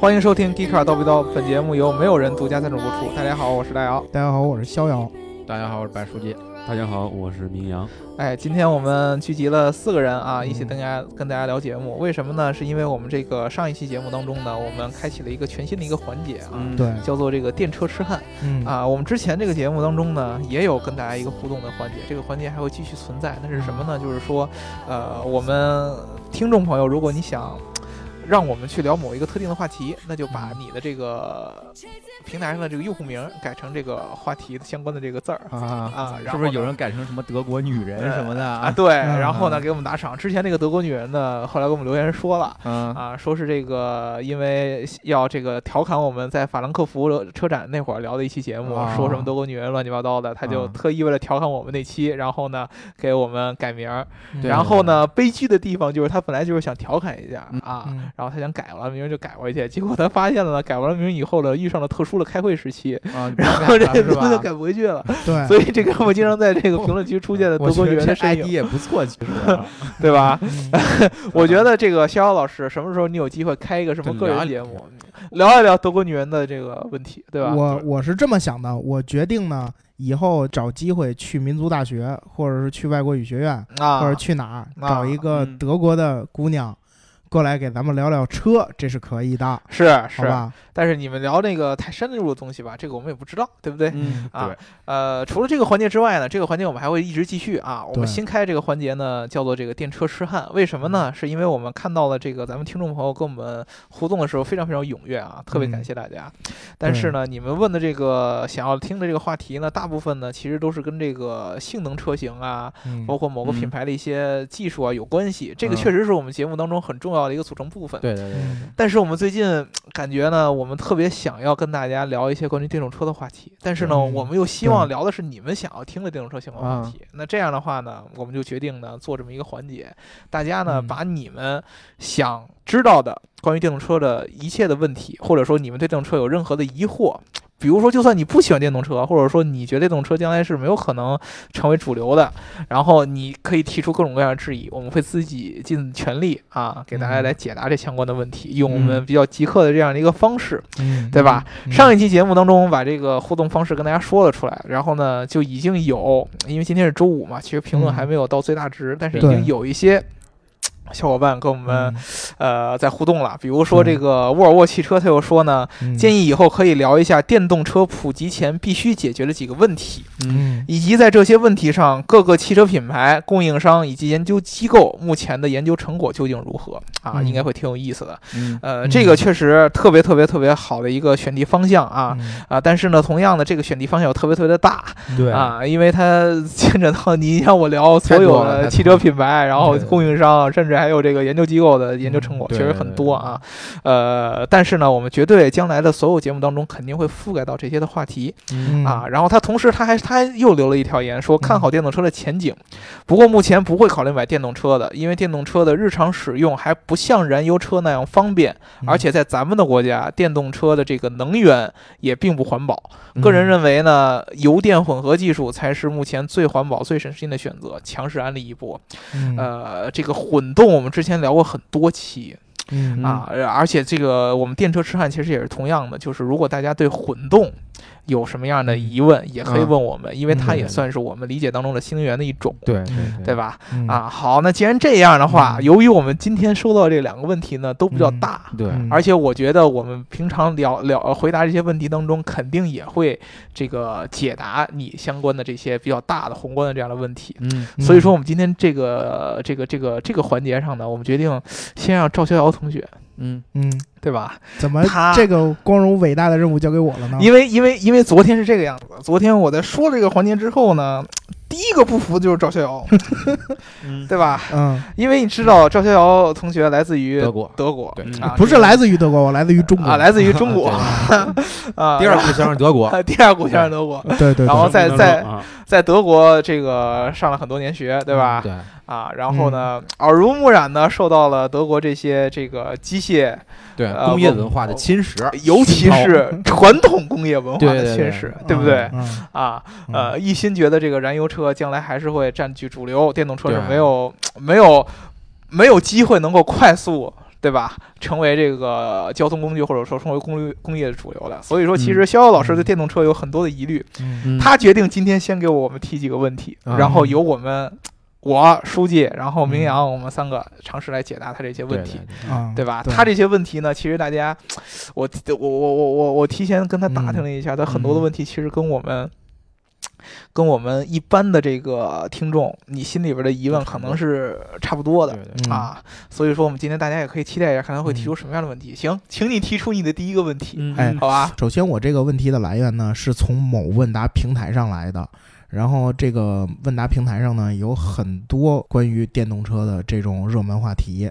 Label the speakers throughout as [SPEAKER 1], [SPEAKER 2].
[SPEAKER 1] 欢迎收听《迪卡叨逼叨》，本节目由没有人独家赞助播出。大家好，我是大姚。
[SPEAKER 2] 大家好，我是逍遥。
[SPEAKER 3] 大家好，我是白书记。
[SPEAKER 4] 大家好，我是明阳。
[SPEAKER 1] 哎，今天我们聚集了四个人啊，一起跟大家跟大家聊节目。为什么呢？是因为我们这个上一期节目当中呢，我们开启了一个全新的一个环节啊，
[SPEAKER 4] 嗯，
[SPEAKER 2] 对，
[SPEAKER 1] 叫做这个电车痴汉
[SPEAKER 2] 嗯，
[SPEAKER 1] 啊。我们之前这个节目当中呢，也有跟大家一个互动的环节，这个环节还会继续存在。那是什么呢？就是说，呃，我们听众朋友，如果你想。让我们去聊某一个特定的话题，那就
[SPEAKER 3] 嗯
[SPEAKER 1] 把你的这个平台上的这个用户名改成这个话题相关的这个字儿
[SPEAKER 2] 啊，
[SPEAKER 1] 啊，然
[SPEAKER 3] 是
[SPEAKER 1] 后
[SPEAKER 3] 不是
[SPEAKER 1] 呢
[SPEAKER 3] 有人改成什么德国女人什么的
[SPEAKER 1] 啊，
[SPEAKER 3] 啊？
[SPEAKER 1] 对，然后呢，给我们打赏。之前那个德国女人呢，后来给我们留言说了。
[SPEAKER 3] 嗯
[SPEAKER 1] 啊，说是这个，因为要这个调侃我们在法兰克福车展那会儿聊的一期节目，
[SPEAKER 2] 啊
[SPEAKER 1] 说什么德国女人乱七八糟的，他就
[SPEAKER 3] 啊
[SPEAKER 1] 特意为了调侃我们那期，然后呢给我们改名儿。
[SPEAKER 2] 嗯
[SPEAKER 3] 对
[SPEAKER 1] 然后呢，悲剧的地方就是他本来就是想调侃一下
[SPEAKER 3] 嗯
[SPEAKER 1] 啊，
[SPEAKER 2] 嗯
[SPEAKER 1] 然后他想改完名就改回去，结果他发现了呢，改完名以后呢，遇上了特殊的开会 时期，
[SPEAKER 2] 嗯
[SPEAKER 3] 啊，
[SPEAKER 1] 然后这
[SPEAKER 3] 是
[SPEAKER 1] 名字就
[SPEAKER 3] 吧？嗯
[SPEAKER 1] 改不回去了。
[SPEAKER 2] 对，
[SPEAKER 1] 所以这个我经常在这个评论区出现的
[SPEAKER 3] 我
[SPEAKER 1] 德
[SPEAKER 3] 觉
[SPEAKER 1] 国女
[SPEAKER 3] 得
[SPEAKER 1] 人
[SPEAKER 3] 这
[SPEAKER 1] 的身
[SPEAKER 3] ID
[SPEAKER 1] 影，
[SPEAKER 3] 也不错，其实
[SPEAKER 1] 对吧？
[SPEAKER 2] 嗯
[SPEAKER 1] 我觉得这个逍遥老师，什么时候你有机会开一个什么
[SPEAKER 4] 对
[SPEAKER 1] 个人
[SPEAKER 4] 聊一
[SPEAKER 1] 节
[SPEAKER 4] 聊
[SPEAKER 1] 目，聊一聊德国女人的这个问题，对吧？
[SPEAKER 2] 我我是这么想的，我决定呢，以后找机会去民族大学，或者是去外国语学院，
[SPEAKER 1] 啊，
[SPEAKER 2] 或者去哪儿
[SPEAKER 1] 啊
[SPEAKER 2] 找一个
[SPEAKER 1] 嗯
[SPEAKER 2] 德国的姑娘过来给咱们聊聊车，这是可以的，
[SPEAKER 1] 是啊
[SPEAKER 2] 好
[SPEAKER 1] 是，
[SPEAKER 2] 吧？
[SPEAKER 1] 但是你们聊那个太深入的东西吧，这个我们也不知道，对不对？
[SPEAKER 4] 嗯，
[SPEAKER 1] 啊
[SPEAKER 4] 对，，
[SPEAKER 1] 呃，除了这个环节之外呢，这个环节我们还会一直继续啊。我们
[SPEAKER 2] 对
[SPEAKER 1] 新开这个环节呢，叫做这个电车痴汉。为什么
[SPEAKER 2] 嗯
[SPEAKER 1] 呢？是因为我们看到了这个咱们听众朋友跟我们互动的时候非常非常踊跃啊，特别感
[SPEAKER 2] 嗯
[SPEAKER 1] 谢大家。但是呢，你们问的这个想要听的这个话题呢，大部分呢其实都是跟这个性能车型啊，
[SPEAKER 2] 嗯
[SPEAKER 1] 包括某个品
[SPEAKER 3] 嗯
[SPEAKER 1] 牌的一些技术啊有关系。这个
[SPEAKER 3] 嗯
[SPEAKER 1] 确实是我们节目当中很重要的一个组成部分。
[SPEAKER 3] 对对对，
[SPEAKER 2] 嗯
[SPEAKER 1] 但是我们最近嗯感觉呢，我们特别想要跟大家聊一些关于电动车的话题，但是呢，
[SPEAKER 2] 嗯
[SPEAKER 1] 我们又希望聊的是你们想要听的电动车相关话
[SPEAKER 3] 啊
[SPEAKER 1] 题。那这样的话呢，我们就决定呢做这么一个环节，大家呢、
[SPEAKER 2] 嗯
[SPEAKER 1] 把你们想知道的关于电动车的一切的问题，或者说你们对电动车有任何的疑惑。比如说，就算你不喜欢电动车，或者说你觉得电动车将来是没有可能成为主流的，然后你可以提出各种各样的质疑，我们会自己尽全力啊，给大家
[SPEAKER 2] 嗯
[SPEAKER 1] 来解答这相关的问题，用我们比较极客的这样的一个方式，
[SPEAKER 2] 嗯
[SPEAKER 1] 对吧？
[SPEAKER 2] 嗯
[SPEAKER 1] 上一期节目当中，我们把这个互动方式跟大家说了出来，然后呢，就已经有，因为今天是周五嘛，其实评论
[SPEAKER 2] 嗯
[SPEAKER 1] 还没有到最大值，但是已
[SPEAKER 2] 对
[SPEAKER 1] 经有一些。小伙伴跟我们、
[SPEAKER 2] 嗯
[SPEAKER 1] 呃在互动了，比如说这个沃尔沃汽车，他又说呢，
[SPEAKER 2] 嗯
[SPEAKER 1] 建议以后可以聊一下电动车普及前必须解决的几个问题。
[SPEAKER 2] 嗯
[SPEAKER 1] 以及在这些问题上，各个汽车品牌、供应商以及研究机构目前的研究成果究竟如何啊？
[SPEAKER 2] 嗯
[SPEAKER 1] 应该会挺有意思的。
[SPEAKER 3] 嗯
[SPEAKER 1] 呃，
[SPEAKER 2] 嗯
[SPEAKER 1] 这个确实特别特别特别好的一个选题方向啊。
[SPEAKER 2] 嗯
[SPEAKER 1] 啊，但是呢，同样的，这个选题方向又特别特别的大
[SPEAKER 3] 对，
[SPEAKER 1] 啊，因为它牵扯到你让我聊所
[SPEAKER 3] 太
[SPEAKER 1] 有
[SPEAKER 3] 多了太
[SPEAKER 1] 的
[SPEAKER 3] 多
[SPEAKER 1] 汽车品牌，然后
[SPEAKER 3] 对
[SPEAKER 1] 供应商，甚至还有这个研究机构的研究成果，
[SPEAKER 3] 嗯
[SPEAKER 1] 确
[SPEAKER 3] 对
[SPEAKER 1] 实很多啊。呃，但是呢，我们绝对将来的所有节目当中肯定会覆盖到这些的话题。
[SPEAKER 2] 嗯
[SPEAKER 1] 啊，然后他同时他还他还又留了一条言，说
[SPEAKER 3] 嗯
[SPEAKER 1] 看好电动车的前景，不过目前不会考虑买电动车的，因为电动车的日常使用还不像燃油车那样方便，
[SPEAKER 2] 嗯
[SPEAKER 1] 而且在咱们的国家，电动车的这个能源也并不环保。
[SPEAKER 2] 嗯
[SPEAKER 1] 个人认为呢，油电混合技术才是目前最环保、最省心的选择，强势安利一波。
[SPEAKER 2] 嗯
[SPEAKER 1] 呃，这个混动我们之前聊过很多期，
[SPEAKER 2] 嗯
[SPEAKER 1] 啊，呃而且这个我们电车痴汉其实也是同样的，就是如果大家对混动有什么样的疑问，也可以
[SPEAKER 2] 啊
[SPEAKER 3] 嗯
[SPEAKER 1] 问我们，因为它
[SPEAKER 3] 嗯
[SPEAKER 1] 也算是我们理解当中的新能源的一种，
[SPEAKER 3] 对
[SPEAKER 2] 嗯
[SPEAKER 1] 对吧？
[SPEAKER 2] 嗯
[SPEAKER 1] 啊，好，那既然这样的话，
[SPEAKER 2] 嗯
[SPEAKER 1] 由于我们今天收到这两个问题呢都比较
[SPEAKER 2] 嗯
[SPEAKER 1] 大，
[SPEAKER 3] 对
[SPEAKER 2] 嗯
[SPEAKER 1] 而且我觉得我们平常聊聊呃回答这些问题当中，肯定也会这个解答你相关的这些比较大的宏观的这样的问题。
[SPEAKER 3] 嗯
[SPEAKER 1] 所以说，我们今天这个这个这个这个环节上呢，我们决定先让赵逍遥同学，
[SPEAKER 3] 嗯
[SPEAKER 2] 嗯
[SPEAKER 1] 对吧？
[SPEAKER 2] 怎么
[SPEAKER 1] 他
[SPEAKER 2] 这个光荣伟大的任务交给我了呢？
[SPEAKER 1] 因为因为因为昨天是这个样子，昨天我在说这个环节之后呢，第一个不服的就是赵逍 遥，
[SPEAKER 3] 嗯，
[SPEAKER 1] 对吧？
[SPEAKER 2] 嗯，
[SPEAKER 1] 因为你知道赵逍遥同学来自于
[SPEAKER 3] 德国
[SPEAKER 1] 德国，
[SPEAKER 3] 对
[SPEAKER 1] 啊，
[SPEAKER 2] 嗯不是来自于德国，我来自于中国。
[SPEAKER 1] 啊，来自于 中国 啊，
[SPEAKER 3] 第二故乡是德国，
[SPEAKER 1] 啊第二故乡是德国，
[SPEAKER 2] 对对 对，
[SPEAKER 1] 然后 再
[SPEAKER 4] 嗯
[SPEAKER 1] 再
[SPEAKER 4] 啊
[SPEAKER 1] 在德国这个上了很多年学，嗯对吧？
[SPEAKER 3] 对，
[SPEAKER 1] 啊，然后呢，耳濡目染呢，受到了德国这些这个机械，
[SPEAKER 3] 对
[SPEAKER 1] 呃
[SPEAKER 3] 工业
[SPEAKER 1] 我
[SPEAKER 3] 文化的侵蚀，
[SPEAKER 1] 呃尤其是传统工业文化
[SPEAKER 3] 对对
[SPEAKER 1] 的
[SPEAKER 3] 对
[SPEAKER 1] 侵
[SPEAKER 3] 对
[SPEAKER 1] 蚀
[SPEAKER 2] 嗯，
[SPEAKER 1] 对不对？
[SPEAKER 2] 嗯
[SPEAKER 1] 啊，
[SPEAKER 2] 嗯
[SPEAKER 1] 呃，一心觉得这个燃油车将来还是会占据主流，电动车是
[SPEAKER 3] 对
[SPEAKER 1] 没有没有没有机会能够快速对吧？成为这个交通工具或者说成为工业工业的主流了。所以说，其实逍遥老师对电动车有很多的疑虑，
[SPEAKER 2] 嗯
[SPEAKER 1] 他决定今天先给我们提几个问题，
[SPEAKER 3] 嗯
[SPEAKER 1] 然后由我们我书记，然后明阳我们三个尝试来解答他这些问题。
[SPEAKER 2] 啊，
[SPEAKER 1] 对吧？
[SPEAKER 2] 对
[SPEAKER 1] 他这些问题呢，其实大家，我我我我我我提前跟他打听了一下，他很多的问题其实跟我们。跟我们一般的这个听众，你心里边的疑问可能是差不多的
[SPEAKER 3] 对对
[SPEAKER 2] 嗯
[SPEAKER 1] 啊，所以说我们今天大家也可以期待一下，看他会提出什么样的问题。行，请你提出你的第一个问题，
[SPEAKER 4] 嗯
[SPEAKER 2] 哎
[SPEAKER 1] 好吧？
[SPEAKER 2] 首先，我这个问题的来源呢是从某问答平台上来的。然后这个问答平台上呢有很多关于电动车的这种热门话题，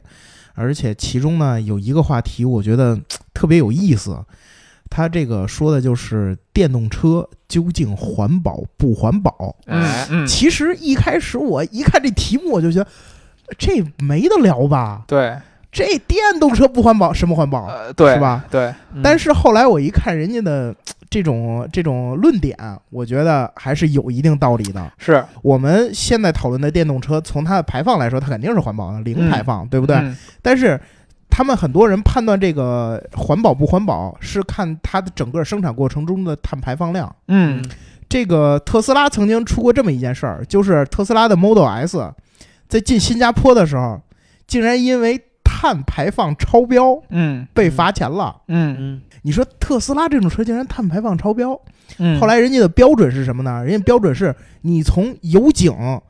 [SPEAKER 2] 而且其中呢有一个话题我觉得特别有意思，它这个说的就是电动车究竟环保不环保？
[SPEAKER 3] 哎
[SPEAKER 1] 嗯嗯，
[SPEAKER 2] 其实一开始我一看这题目我就觉得 这没得聊吧，
[SPEAKER 1] 对，
[SPEAKER 2] 这电动车不环保，什么环保
[SPEAKER 1] 呃，对，
[SPEAKER 2] 是？吧？
[SPEAKER 1] 对，
[SPEAKER 2] 但是后来我一看人家的这种这种论点，我觉得还是有一定道理的。
[SPEAKER 1] 是，
[SPEAKER 2] 我们现在讨论的电动车，从它的排放来说，它肯定是环保的，零
[SPEAKER 1] 嗯
[SPEAKER 2] 排放，对不对？
[SPEAKER 1] 嗯
[SPEAKER 2] 但是他们很多人判断这个环保不环保，是看它的整个生产过程中的碳排放量。
[SPEAKER 1] 嗯
[SPEAKER 2] 这个特斯拉曾经出过这么一件事儿，就是特斯拉的 Model S 在进新加坡的时候，竟然因为碳排放超标
[SPEAKER 1] 嗯
[SPEAKER 2] 被罚钱了。
[SPEAKER 1] 嗯
[SPEAKER 4] 嗯
[SPEAKER 2] 你说特斯拉这种车竟然碳排放超标，
[SPEAKER 1] 嗯，
[SPEAKER 2] 后来人家的标准是什么呢？人家标准是你从油井
[SPEAKER 1] 啊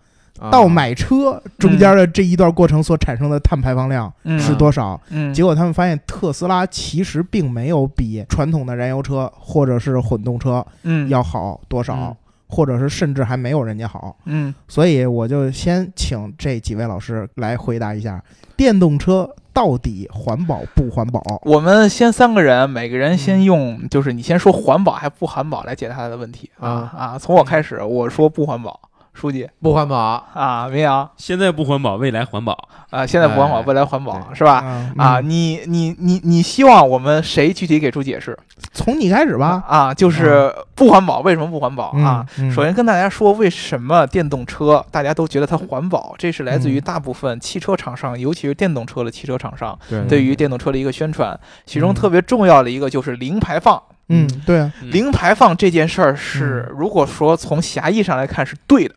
[SPEAKER 2] 到买车中间的这一段过程所产生的碳排放量
[SPEAKER 1] 嗯
[SPEAKER 2] 是多少？
[SPEAKER 1] 嗯，
[SPEAKER 2] 结果他们发现特斯拉其实并没有比传统的燃油车或者是混动车
[SPEAKER 1] 嗯
[SPEAKER 2] 要好多少
[SPEAKER 3] 嗯，
[SPEAKER 2] 或者是甚至还没有人家好。
[SPEAKER 1] 嗯
[SPEAKER 2] 所以我就先请这几位老师来回答一下，电动车到底环保不环保？
[SPEAKER 1] 我们先三个人，每个人先用，就是你先说环保还不环保来解答他的问题啊啊！从我开始，我说不环保，书记
[SPEAKER 3] 不环保，
[SPEAKER 1] 啊，明阳
[SPEAKER 4] 现在不环保，未来环保。
[SPEAKER 1] 啊，现在不环保，
[SPEAKER 3] 哎
[SPEAKER 1] 未来环保
[SPEAKER 3] 对
[SPEAKER 1] 是吧？
[SPEAKER 2] 啊
[SPEAKER 1] 啊，你你你你希望我们谁具体给出解释
[SPEAKER 2] 从你开始吧。
[SPEAKER 1] 啊？就是不环保，为什么不环保啊？
[SPEAKER 2] 嗯，嗯
[SPEAKER 1] 首先跟大家说，为什么电动车大家都觉得它环保？这是来自于
[SPEAKER 2] 嗯
[SPEAKER 1] 大部分汽车厂商，尤其是电动车的汽车厂商
[SPEAKER 2] 嗯
[SPEAKER 3] 对
[SPEAKER 1] 对于电动车的一个宣传。其中特别重要的一个就是零排放。
[SPEAKER 2] 嗯，对啊，
[SPEAKER 4] 嗯
[SPEAKER 1] 零排放这件事儿是，如果说从狭义上来看是对的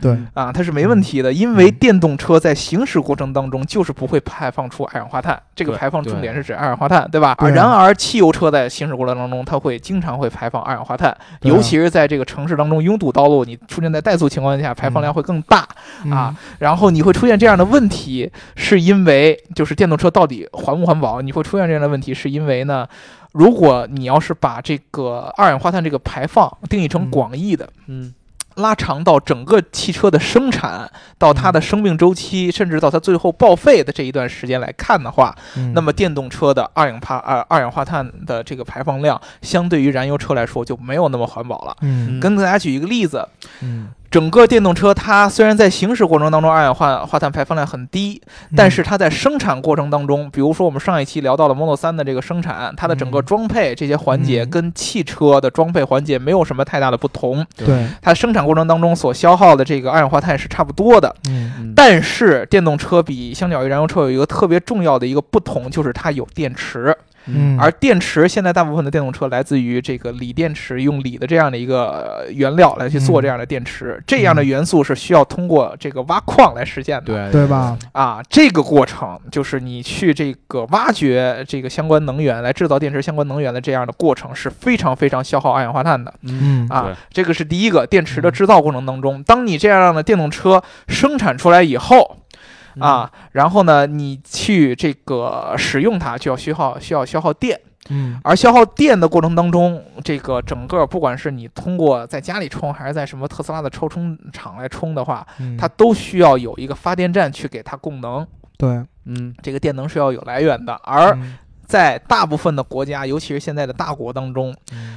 [SPEAKER 2] 对，
[SPEAKER 1] 啊，它是没
[SPEAKER 2] 嗯
[SPEAKER 1] 问题的，因为电动车在行驶过程当中就是不会排放出二氧化碳，这个
[SPEAKER 4] 对
[SPEAKER 1] 排放重
[SPEAKER 3] 对
[SPEAKER 1] 点是指二氧化碳，对吧？
[SPEAKER 2] 对啊
[SPEAKER 1] 然而，汽油车在行驶过程当中，它会经常会排放二氧化碳，
[SPEAKER 2] 对啊
[SPEAKER 1] 尤其是在这个城市当中拥堵道路，你出现在怠速情况下，排放量会更大。
[SPEAKER 2] 嗯
[SPEAKER 1] 啊，然后你会出现这样的问题，是因为就是电动车到底环不环保？你会出现这样的问题，是因为呢，如果你要是把这个二氧化碳这个排放定义成
[SPEAKER 2] 嗯
[SPEAKER 1] 广义的，
[SPEAKER 3] 嗯
[SPEAKER 1] 拉长到整个汽车的生产，到它的生命周期，甚至到它最后报废的这一段时间来看的话，
[SPEAKER 2] 嗯，
[SPEAKER 1] 那么电动车的二氧化二二氧化碳的这个排放量，相对于燃油车来说就没有那么环保了。
[SPEAKER 2] 嗯，
[SPEAKER 1] 跟大家举一个例子，
[SPEAKER 2] 嗯，
[SPEAKER 1] 整个电动车它虽然在行驶过程当中二氧化化碳排放量很低，
[SPEAKER 2] 嗯
[SPEAKER 1] 但是它在生产过程当中，比如说我们上一期聊到了 Model 3的这个生产，它的整个
[SPEAKER 2] 嗯
[SPEAKER 1] 装配这些环节
[SPEAKER 2] 嗯
[SPEAKER 1] 跟汽车的装配环节没有什么太大的不同，
[SPEAKER 2] 对，嗯
[SPEAKER 1] 它生产过程当中所消耗的这个二氧化碳是差不多的。
[SPEAKER 2] 嗯
[SPEAKER 3] 嗯
[SPEAKER 1] 但是电动车比相较于燃油车有一个特别重要的一个不同，就是它有电池，
[SPEAKER 2] 嗯，
[SPEAKER 1] 而电池现在大部分的电动车来自于这个锂电池，用锂的这样的一个呃原料来去做
[SPEAKER 2] 嗯
[SPEAKER 1] 这样的电池，这样的元素是需要通过这个挖矿来实现
[SPEAKER 3] 对
[SPEAKER 1] 的。
[SPEAKER 2] 对吧？
[SPEAKER 1] 啊，这个过程就是你去这个挖掘这个相关能源来制造电池相关能源的这样的过程是非常非常消耗二氧化碳的
[SPEAKER 3] 嗯
[SPEAKER 2] 嗯，
[SPEAKER 1] 啊
[SPEAKER 4] 对。
[SPEAKER 1] 这个是第一个，电池的制造过程当中，当你这样的电动车生产出来以后。
[SPEAKER 5] 嗯
[SPEAKER 3] 嗯
[SPEAKER 1] 啊，然后呢，你去这个使用它就要消耗，需要消耗电，
[SPEAKER 2] 嗯，
[SPEAKER 1] 而消耗电的过程当中，这个整个不管是你通过在家里充，还是在什么特斯拉的超充厂来充的话，
[SPEAKER 2] 嗯
[SPEAKER 1] 它都需要有一个发电站去给它供能。
[SPEAKER 2] 对，
[SPEAKER 3] 嗯
[SPEAKER 1] 这个电能是要有来源的，
[SPEAKER 2] 嗯
[SPEAKER 1] 而在大部分的国家，尤其是现在的大国当中，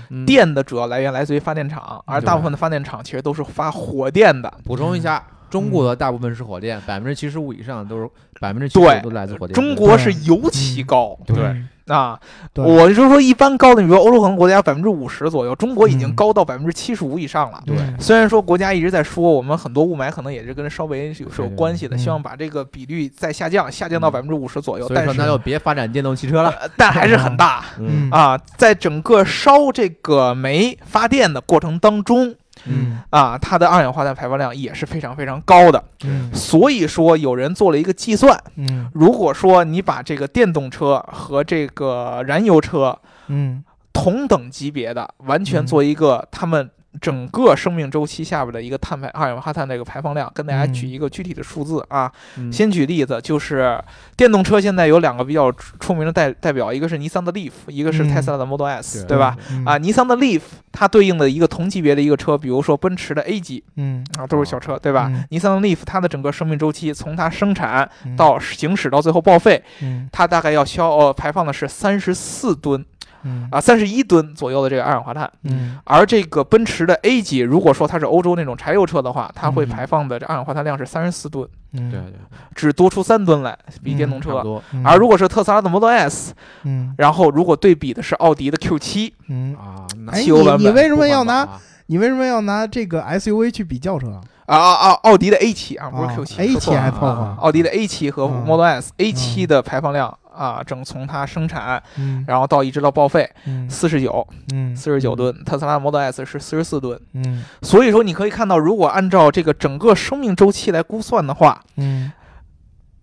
[SPEAKER 3] 嗯
[SPEAKER 1] 电的主要来源来自于发电厂，而
[SPEAKER 3] 对
[SPEAKER 1] 大部分的发电厂其实都是发火电的。
[SPEAKER 3] 补充一下，中国的大部分是火电，百分之七十五以上都是百分之七
[SPEAKER 1] 对
[SPEAKER 3] 十都来自火电。
[SPEAKER 1] 中国是尤其高，
[SPEAKER 2] 对
[SPEAKER 3] 嗯
[SPEAKER 1] 啊，
[SPEAKER 2] 对
[SPEAKER 1] 我是说一般高的，比如说欧洲可能国家百分之五十左右，中国已经
[SPEAKER 2] 嗯
[SPEAKER 1] 高到百分之七十五以上了。
[SPEAKER 3] 对
[SPEAKER 2] 嗯
[SPEAKER 1] 虽然说国家一直在说我们很多雾霾可能也是跟稍微是有是有
[SPEAKER 3] 对对
[SPEAKER 1] 关系的，
[SPEAKER 2] 嗯
[SPEAKER 1] 希望把这个比率再下降，下降到百分之五十左右，
[SPEAKER 3] 嗯所以
[SPEAKER 1] 哎但
[SPEAKER 3] 说那
[SPEAKER 1] 是
[SPEAKER 3] 就别发展电动汽车了。
[SPEAKER 1] 呃 但还是很大
[SPEAKER 2] 嗯
[SPEAKER 1] 啊。在整个烧这个煤发电的过程当中
[SPEAKER 2] 嗯
[SPEAKER 1] 啊，它的二氧化碳排放量也是非常非常高的。
[SPEAKER 2] 嗯
[SPEAKER 1] 所以说有人做了一个计算，
[SPEAKER 2] 嗯
[SPEAKER 1] 如果说你把这个电动车和这个燃油车
[SPEAKER 2] 嗯
[SPEAKER 1] 同等级别的，完全
[SPEAKER 2] 嗯
[SPEAKER 1] 做一个他们整个生命周期下边的一个碳排二氧化碳的一个排放量，跟大家
[SPEAKER 2] 嗯
[SPEAKER 1] 举一个具体的数字啊。
[SPEAKER 3] 嗯
[SPEAKER 1] 先举例子，就是电动车现在有两个比较出出名的代代表，一个是尼桑的 Leaf，一个是
[SPEAKER 2] 嗯
[SPEAKER 1] 特斯拉的 Model S，、
[SPEAKER 3] 对
[SPEAKER 1] 对吧？？
[SPEAKER 2] 嗯
[SPEAKER 1] 啊，，尼桑的 Leaf 它对应的一个同级别的一个车，比如说奔驰的 A 级
[SPEAKER 2] 嗯，
[SPEAKER 1] 啊，都是小车，对吧？
[SPEAKER 2] 嗯
[SPEAKER 1] 尼桑的 Leaf 它的整个生命周期，从它生产
[SPEAKER 2] 嗯
[SPEAKER 1] 到行驶到最后报废，
[SPEAKER 2] 嗯
[SPEAKER 1] 它大概要消呃排放的是三十四吨
[SPEAKER 2] 嗯
[SPEAKER 1] 啊，三十一吨左右的这个二氧化碳。
[SPEAKER 2] 嗯
[SPEAKER 1] 而这个奔驰的 A 级，如果说它是欧洲那种柴油车的话，它会
[SPEAKER 2] 嗯
[SPEAKER 1] 排放的这二氧化碳量是三十四吨，
[SPEAKER 2] 嗯
[SPEAKER 3] 对对，
[SPEAKER 1] 只多出三吨来，比电动
[SPEAKER 3] 差不
[SPEAKER 1] 车。
[SPEAKER 3] 多
[SPEAKER 2] 嗯
[SPEAKER 1] 而如果是特斯拉的 Model S，
[SPEAKER 2] 嗯
[SPEAKER 1] 然后如果对比的是奥迪的 Q 7
[SPEAKER 2] 嗯，
[SPEAKER 3] 啊。那
[SPEAKER 2] 哎，
[SPEAKER 1] 汽油
[SPEAKER 2] 你
[SPEAKER 1] 版
[SPEAKER 2] 你
[SPEAKER 1] 本
[SPEAKER 2] 为什么要
[SPEAKER 3] 不管
[SPEAKER 2] 拿
[SPEAKER 3] 吧啊
[SPEAKER 2] 你为什么要拿这个 SUV 去比轿车啊？
[SPEAKER 1] 啊啊啊，奥迪的 A 7啊，不是
[SPEAKER 2] 啊
[SPEAKER 1] Q 7
[SPEAKER 2] A 7还
[SPEAKER 1] 啊
[SPEAKER 2] 凑合
[SPEAKER 1] 奥迪的 A 7和
[SPEAKER 2] 嗯
[SPEAKER 1] Model S，A 7的排放量啊，整从它生产，
[SPEAKER 2] 嗯
[SPEAKER 1] 然后到一直到报废，
[SPEAKER 2] 嗯
[SPEAKER 1] 四十九
[SPEAKER 2] 嗯，
[SPEAKER 1] 四十九吨，特斯拉的 Model S 是四十四吨。
[SPEAKER 2] 嗯
[SPEAKER 1] 所以说，你可以看到，如果按照这个整个生命周期来估算的话，
[SPEAKER 2] 嗯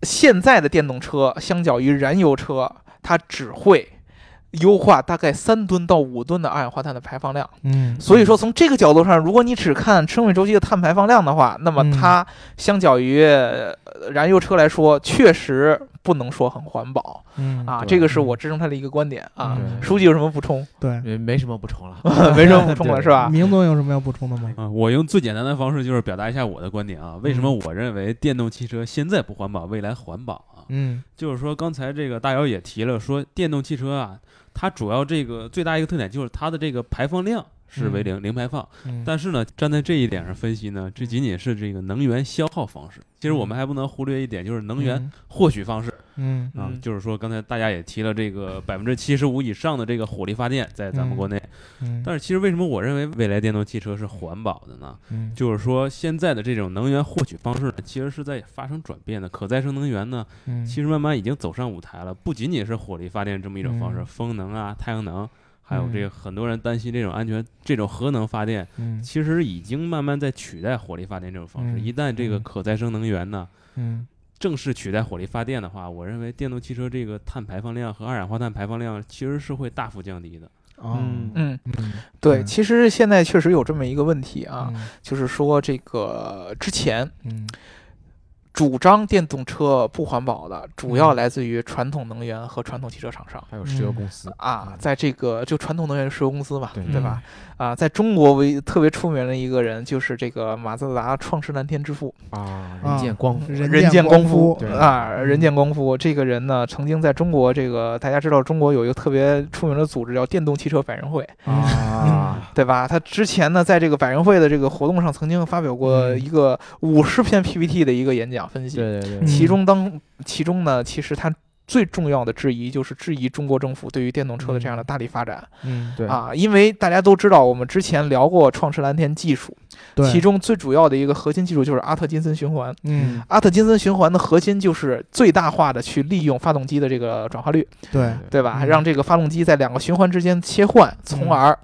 [SPEAKER 1] 现在的电动车相较于燃油车，它只会优化大概三吨到五吨的二氧化碳的排放量。
[SPEAKER 2] 嗯，
[SPEAKER 1] 所以说，从这个角度上，如果你只看生命周期的碳排放量的话，那么
[SPEAKER 2] 嗯
[SPEAKER 1] 它相较于呃燃油车来说，确实不能说很环保
[SPEAKER 2] 嗯
[SPEAKER 1] 啊。
[SPEAKER 3] 对
[SPEAKER 1] 这个是我支撑他的一个观点啊。
[SPEAKER 2] 嗯
[SPEAKER 1] 书记有什么补充？
[SPEAKER 2] 对，
[SPEAKER 3] 没没什么不成了。
[SPEAKER 1] 没什么补充了
[SPEAKER 3] 对
[SPEAKER 1] 是吧？
[SPEAKER 2] 明总有什么要补充的吗？
[SPEAKER 4] 啊，我用最简单的方式就是表达一下我的观点啊。为
[SPEAKER 2] 嗯
[SPEAKER 4] 什么我认为电动汽车现在不环保，未来环保啊？
[SPEAKER 2] 嗯
[SPEAKER 4] 就是说，刚才这个大姚也提了，说电动汽车啊，它主要这个最大一个特点就是它的这个排放量是为零零排放。
[SPEAKER 2] 嗯，
[SPEAKER 4] 但是呢，站在这一点上分析呢，这仅仅是这个能源消耗方式。其实我们还不能忽略一点，就是能源获取方式
[SPEAKER 2] 嗯
[SPEAKER 4] 啊
[SPEAKER 1] 嗯，
[SPEAKER 4] 就是说刚才大家也提了，这个百分之七十五以上的这个火力发电在咱们国内。
[SPEAKER 2] 嗯，
[SPEAKER 4] 但是其实为什么我认为未来电动汽车是环保的呢？
[SPEAKER 2] 嗯
[SPEAKER 4] 就是说现在的这种能源获取方式呢，其实是在发生转变的。可再生能源呢，
[SPEAKER 2] 嗯
[SPEAKER 4] 其实慢慢已经走上舞台了，不仅仅是火力发电这么一种方式，
[SPEAKER 2] 嗯
[SPEAKER 4] 风能啊、太阳能，还有
[SPEAKER 2] 嗯
[SPEAKER 4] 这个很多人担心这种安全，这种核能发电
[SPEAKER 2] 嗯
[SPEAKER 4] 其实已经慢慢在取代火力发电这种方式。
[SPEAKER 2] 嗯
[SPEAKER 4] 一旦这个
[SPEAKER 2] 嗯
[SPEAKER 4] 可再生能源呢
[SPEAKER 2] 嗯
[SPEAKER 4] 正式取代火力发电的话，我认为电动汽车这个碳排放量和二氧化碳排放量其实是会大幅降低的。
[SPEAKER 2] 哦
[SPEAKER 1] 嗯，
[SPEAKER 2] 嗯
[SPEAKER 1] 对，
[SPEAKER 2] 嗯
[SPEAKER 1] 其实现在确实有这么一个问题啊，
[SPEAKER 2] 嗯
[SPEAKER 1] 就是说这个之前
[SPEAKER 2] 嗯
[SPEAKER 1] 主张电动车不环保的，主要来自于传统能源和传统汽车厂商。
[SPEAKER 3] 还有石油公司，
[SPEAKER 1] 啊，
[SPEAKER 3] 嗯
[SPEAKER 1] 在这个就传统能源石油公司嘛，
[SPEAKER 3] 对
[SPEAKER 1] 对吧？
[SPEAKER 2] 嗯
[SPEAKER 1] 啊，在中国为特别出名的一个人就是这个马自达创始蓝天之父
[SPEAKER 3] 啊，
[SPEAKER 2] 啊
[SPEAKER 3] 人见光
[SPEAKER 2] 嗯
[SPEAKER 3] 伏，
[SPEAKER 2] 人
[SPEAKER 1] 人
[SPEAKER 2] 见
[SPEAKER 1] 见
[SPEAKER 2] 光
[SPEAKER 1] 夫
[SPEAKER 2] 夫对
[SPEAKER 1] 啊，
[SPEAKER 2] 嗯
[SPEAKER 1] 人见光夫。这个人呢，曾经在中国这个大家知道，中国有一个特别出名的组织叫电动汽车百人会，
[SPEAKER 2] 嗯
[SPEAKER 1] 嗯
[SPEAKER 3] 啊，
[SPEAKER 1] 对吧？他之前呢，在这个百人会的这个活动上，曾经发表过
[SPEAKER 2] 嗯
[SPEAKER 1] 一个五十篇 PPT 的一个演讲分析。
[SPEAKER 3] 对对
[SPEAKER 2] 嗯
[SPEAKER 3] 对，
[SPEAKER 1] 其中当其中呢，其实他最重要的质疑就是质疑中国政府对于电动车的这样的大力发展、
[SPEAKER 2] 嗯
[SPEAKER 3] 对，
[SPEAKER 1] 啊，因为大家都知道，我们之前聊过创驰蓝天技术，
[SPEAKER 2] 对，
[SPEAKER 1] 其中最主要的一个核心技术就是阿特金森循环。
[SPEAKER 2] 嗯
[SPEAKER 1] 阿特金森循环的核心就是最大化的去利用发动机的这个转化率，
[SPEAKER 2] 对
[SPEAKER 1] 对吧？
[SPEAKER 2] 嗯
[SPEAKER 1] 让这个发动机在两个循环之间切换，从而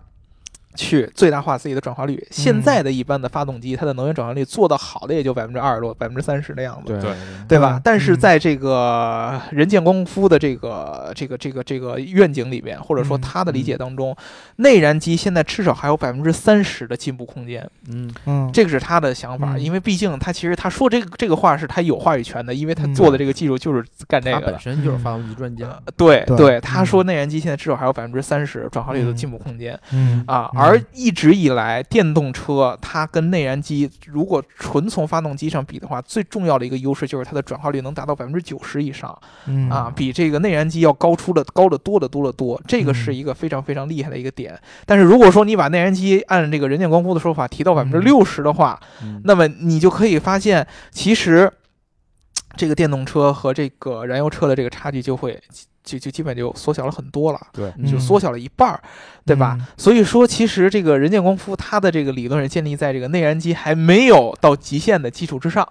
[SPEAKER 1] 去最大化自己的转化率。
[SPEAKER 2] 嗯
[SPEAKER 1] 现在的一般的发动机，它的能源转化率做得好的也就百分之二十多、百分之三十的样子。
[SPEAKER 3] 对
[SPEAKER 4] 对
[SPEAKER 1] 对吧
[SPEAKER 2] 嗯？
[SPEAKER 1] 但是
[SPEAKER 2] 嗯
[SPEAKER 1] 在这个人见光夫的这个这个这个这个愿景里边，或者说
[SPEAKER 2] 嗯
[SPEAKER 1] 他的理解当中，内燃机现在至少还有百分之三十的进步空间，
[SPEAKER 3] 嗯，
[SPEAKER 2] 嗯
[SPEAKER 1] 这个是他的想法。
[SPEAKER 2] 嗯
[SPEAKER 1] 因为毕竟他其实他说这个这个话是他有话语权的，因为他
[SPEAKER 2] 嗯
[SPEAKER 1] 做的这个技术就是干这
[SPEAKER 3] 他
[SPEAKER 1] 个
[SPEAKER 3] 本
[SPEAKER 1] 的。
[SPEAKER 3] 身就是发动机专家，
[SPEAKER 1] 对
[SPEAKER 2] 对嗯
[SPEAKER 1] 他说内燃机现在至少还有百分之三十转化率的
[SPEAKER 2] 嗯
[SPEAKER 1] 进步空间
[SPEAKER 2] 嗯
[SPEAKER 1] 啊，
[SPEAKER 2] 嗯
[SPEAKER 1] 而一直以来电动车它跟内燃机如果纯从发动机上比的话，最重要的一个优势就是它的转化率能达到百分之九十以上。
[SPEAKER 2] 嗯
[SPEAKER 1] 啊，比这个内燃机要高出的高的多的多的多，这个是
[SPEAKER 2] 嗯
[SPEAKER 1] 一个非常非常厉害的一个点。但是如果说你把内燃机按这个人见光夫的说法提到百分之
[SPEAKER 2] 嗯
[SPEAKER 1] 六十的话，
[SPEAKER 4] 嗯
[SPEAKER 1] 那么你就可以发现，其实这个电动车和这个燃油车的这个差距就会就就基本就缩小了很多了。
[SPEAKER 3] 对
[SPEAKER 1] 就缩小了一半儿，对吧？
[SPEAKER 2] 嗯
[SPEAKER 1] 所以说，其实这个人见光夫它的这个理论是建立在这个内燃机还没有到极限的基础之上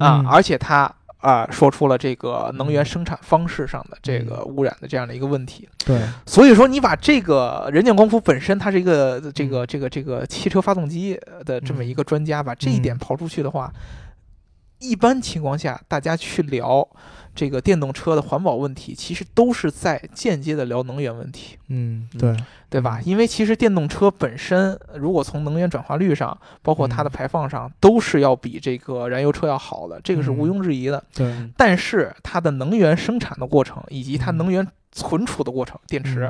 [SPEAKER 1] 啊，
[SPEAKER 2] 嗯
[SPEAKER 1] 而且它啊、说出了这个能源生产方式上的
[SPEAKER 2] 嗯
[SPEAKER 1] 这个污染的这样的一个问题。
[SPEAKER 2] 对，
[SPEAKER 1] 所以说，你把这个人见光夫本身，它是一个这
[SPEAKER 2] 嗯
[SPEAKER 1] 个这个这个汽车发动机的这么一个专家，把这一
[SPEAKER 2] 嗯
[SPEAKER 1] 点刨出去的话，一般情况下，大家去聊这个电动车的环保问题，其实都是在间接的聊能源问题。
[SPEAKER 2] 嗯对，
[SPEAKER 1] 对吧？因为其实电动车本身，如果从能源转化率上，包括
[SPEAKER 2] 嗯
[SPEAKER 1] 它的排放上，都是要比这个燃油车要好的，这个是
[SPEAKER 2] 嗯
[SPEAKER 1] 毋庸置疑的。
[SPEAKER 2] 对，
[SPEAKER 1] 但是它的能源生产的过程以及它
[SPEAKER 2] 嗯
[SPEAKER 1] 能源存储的过程，电池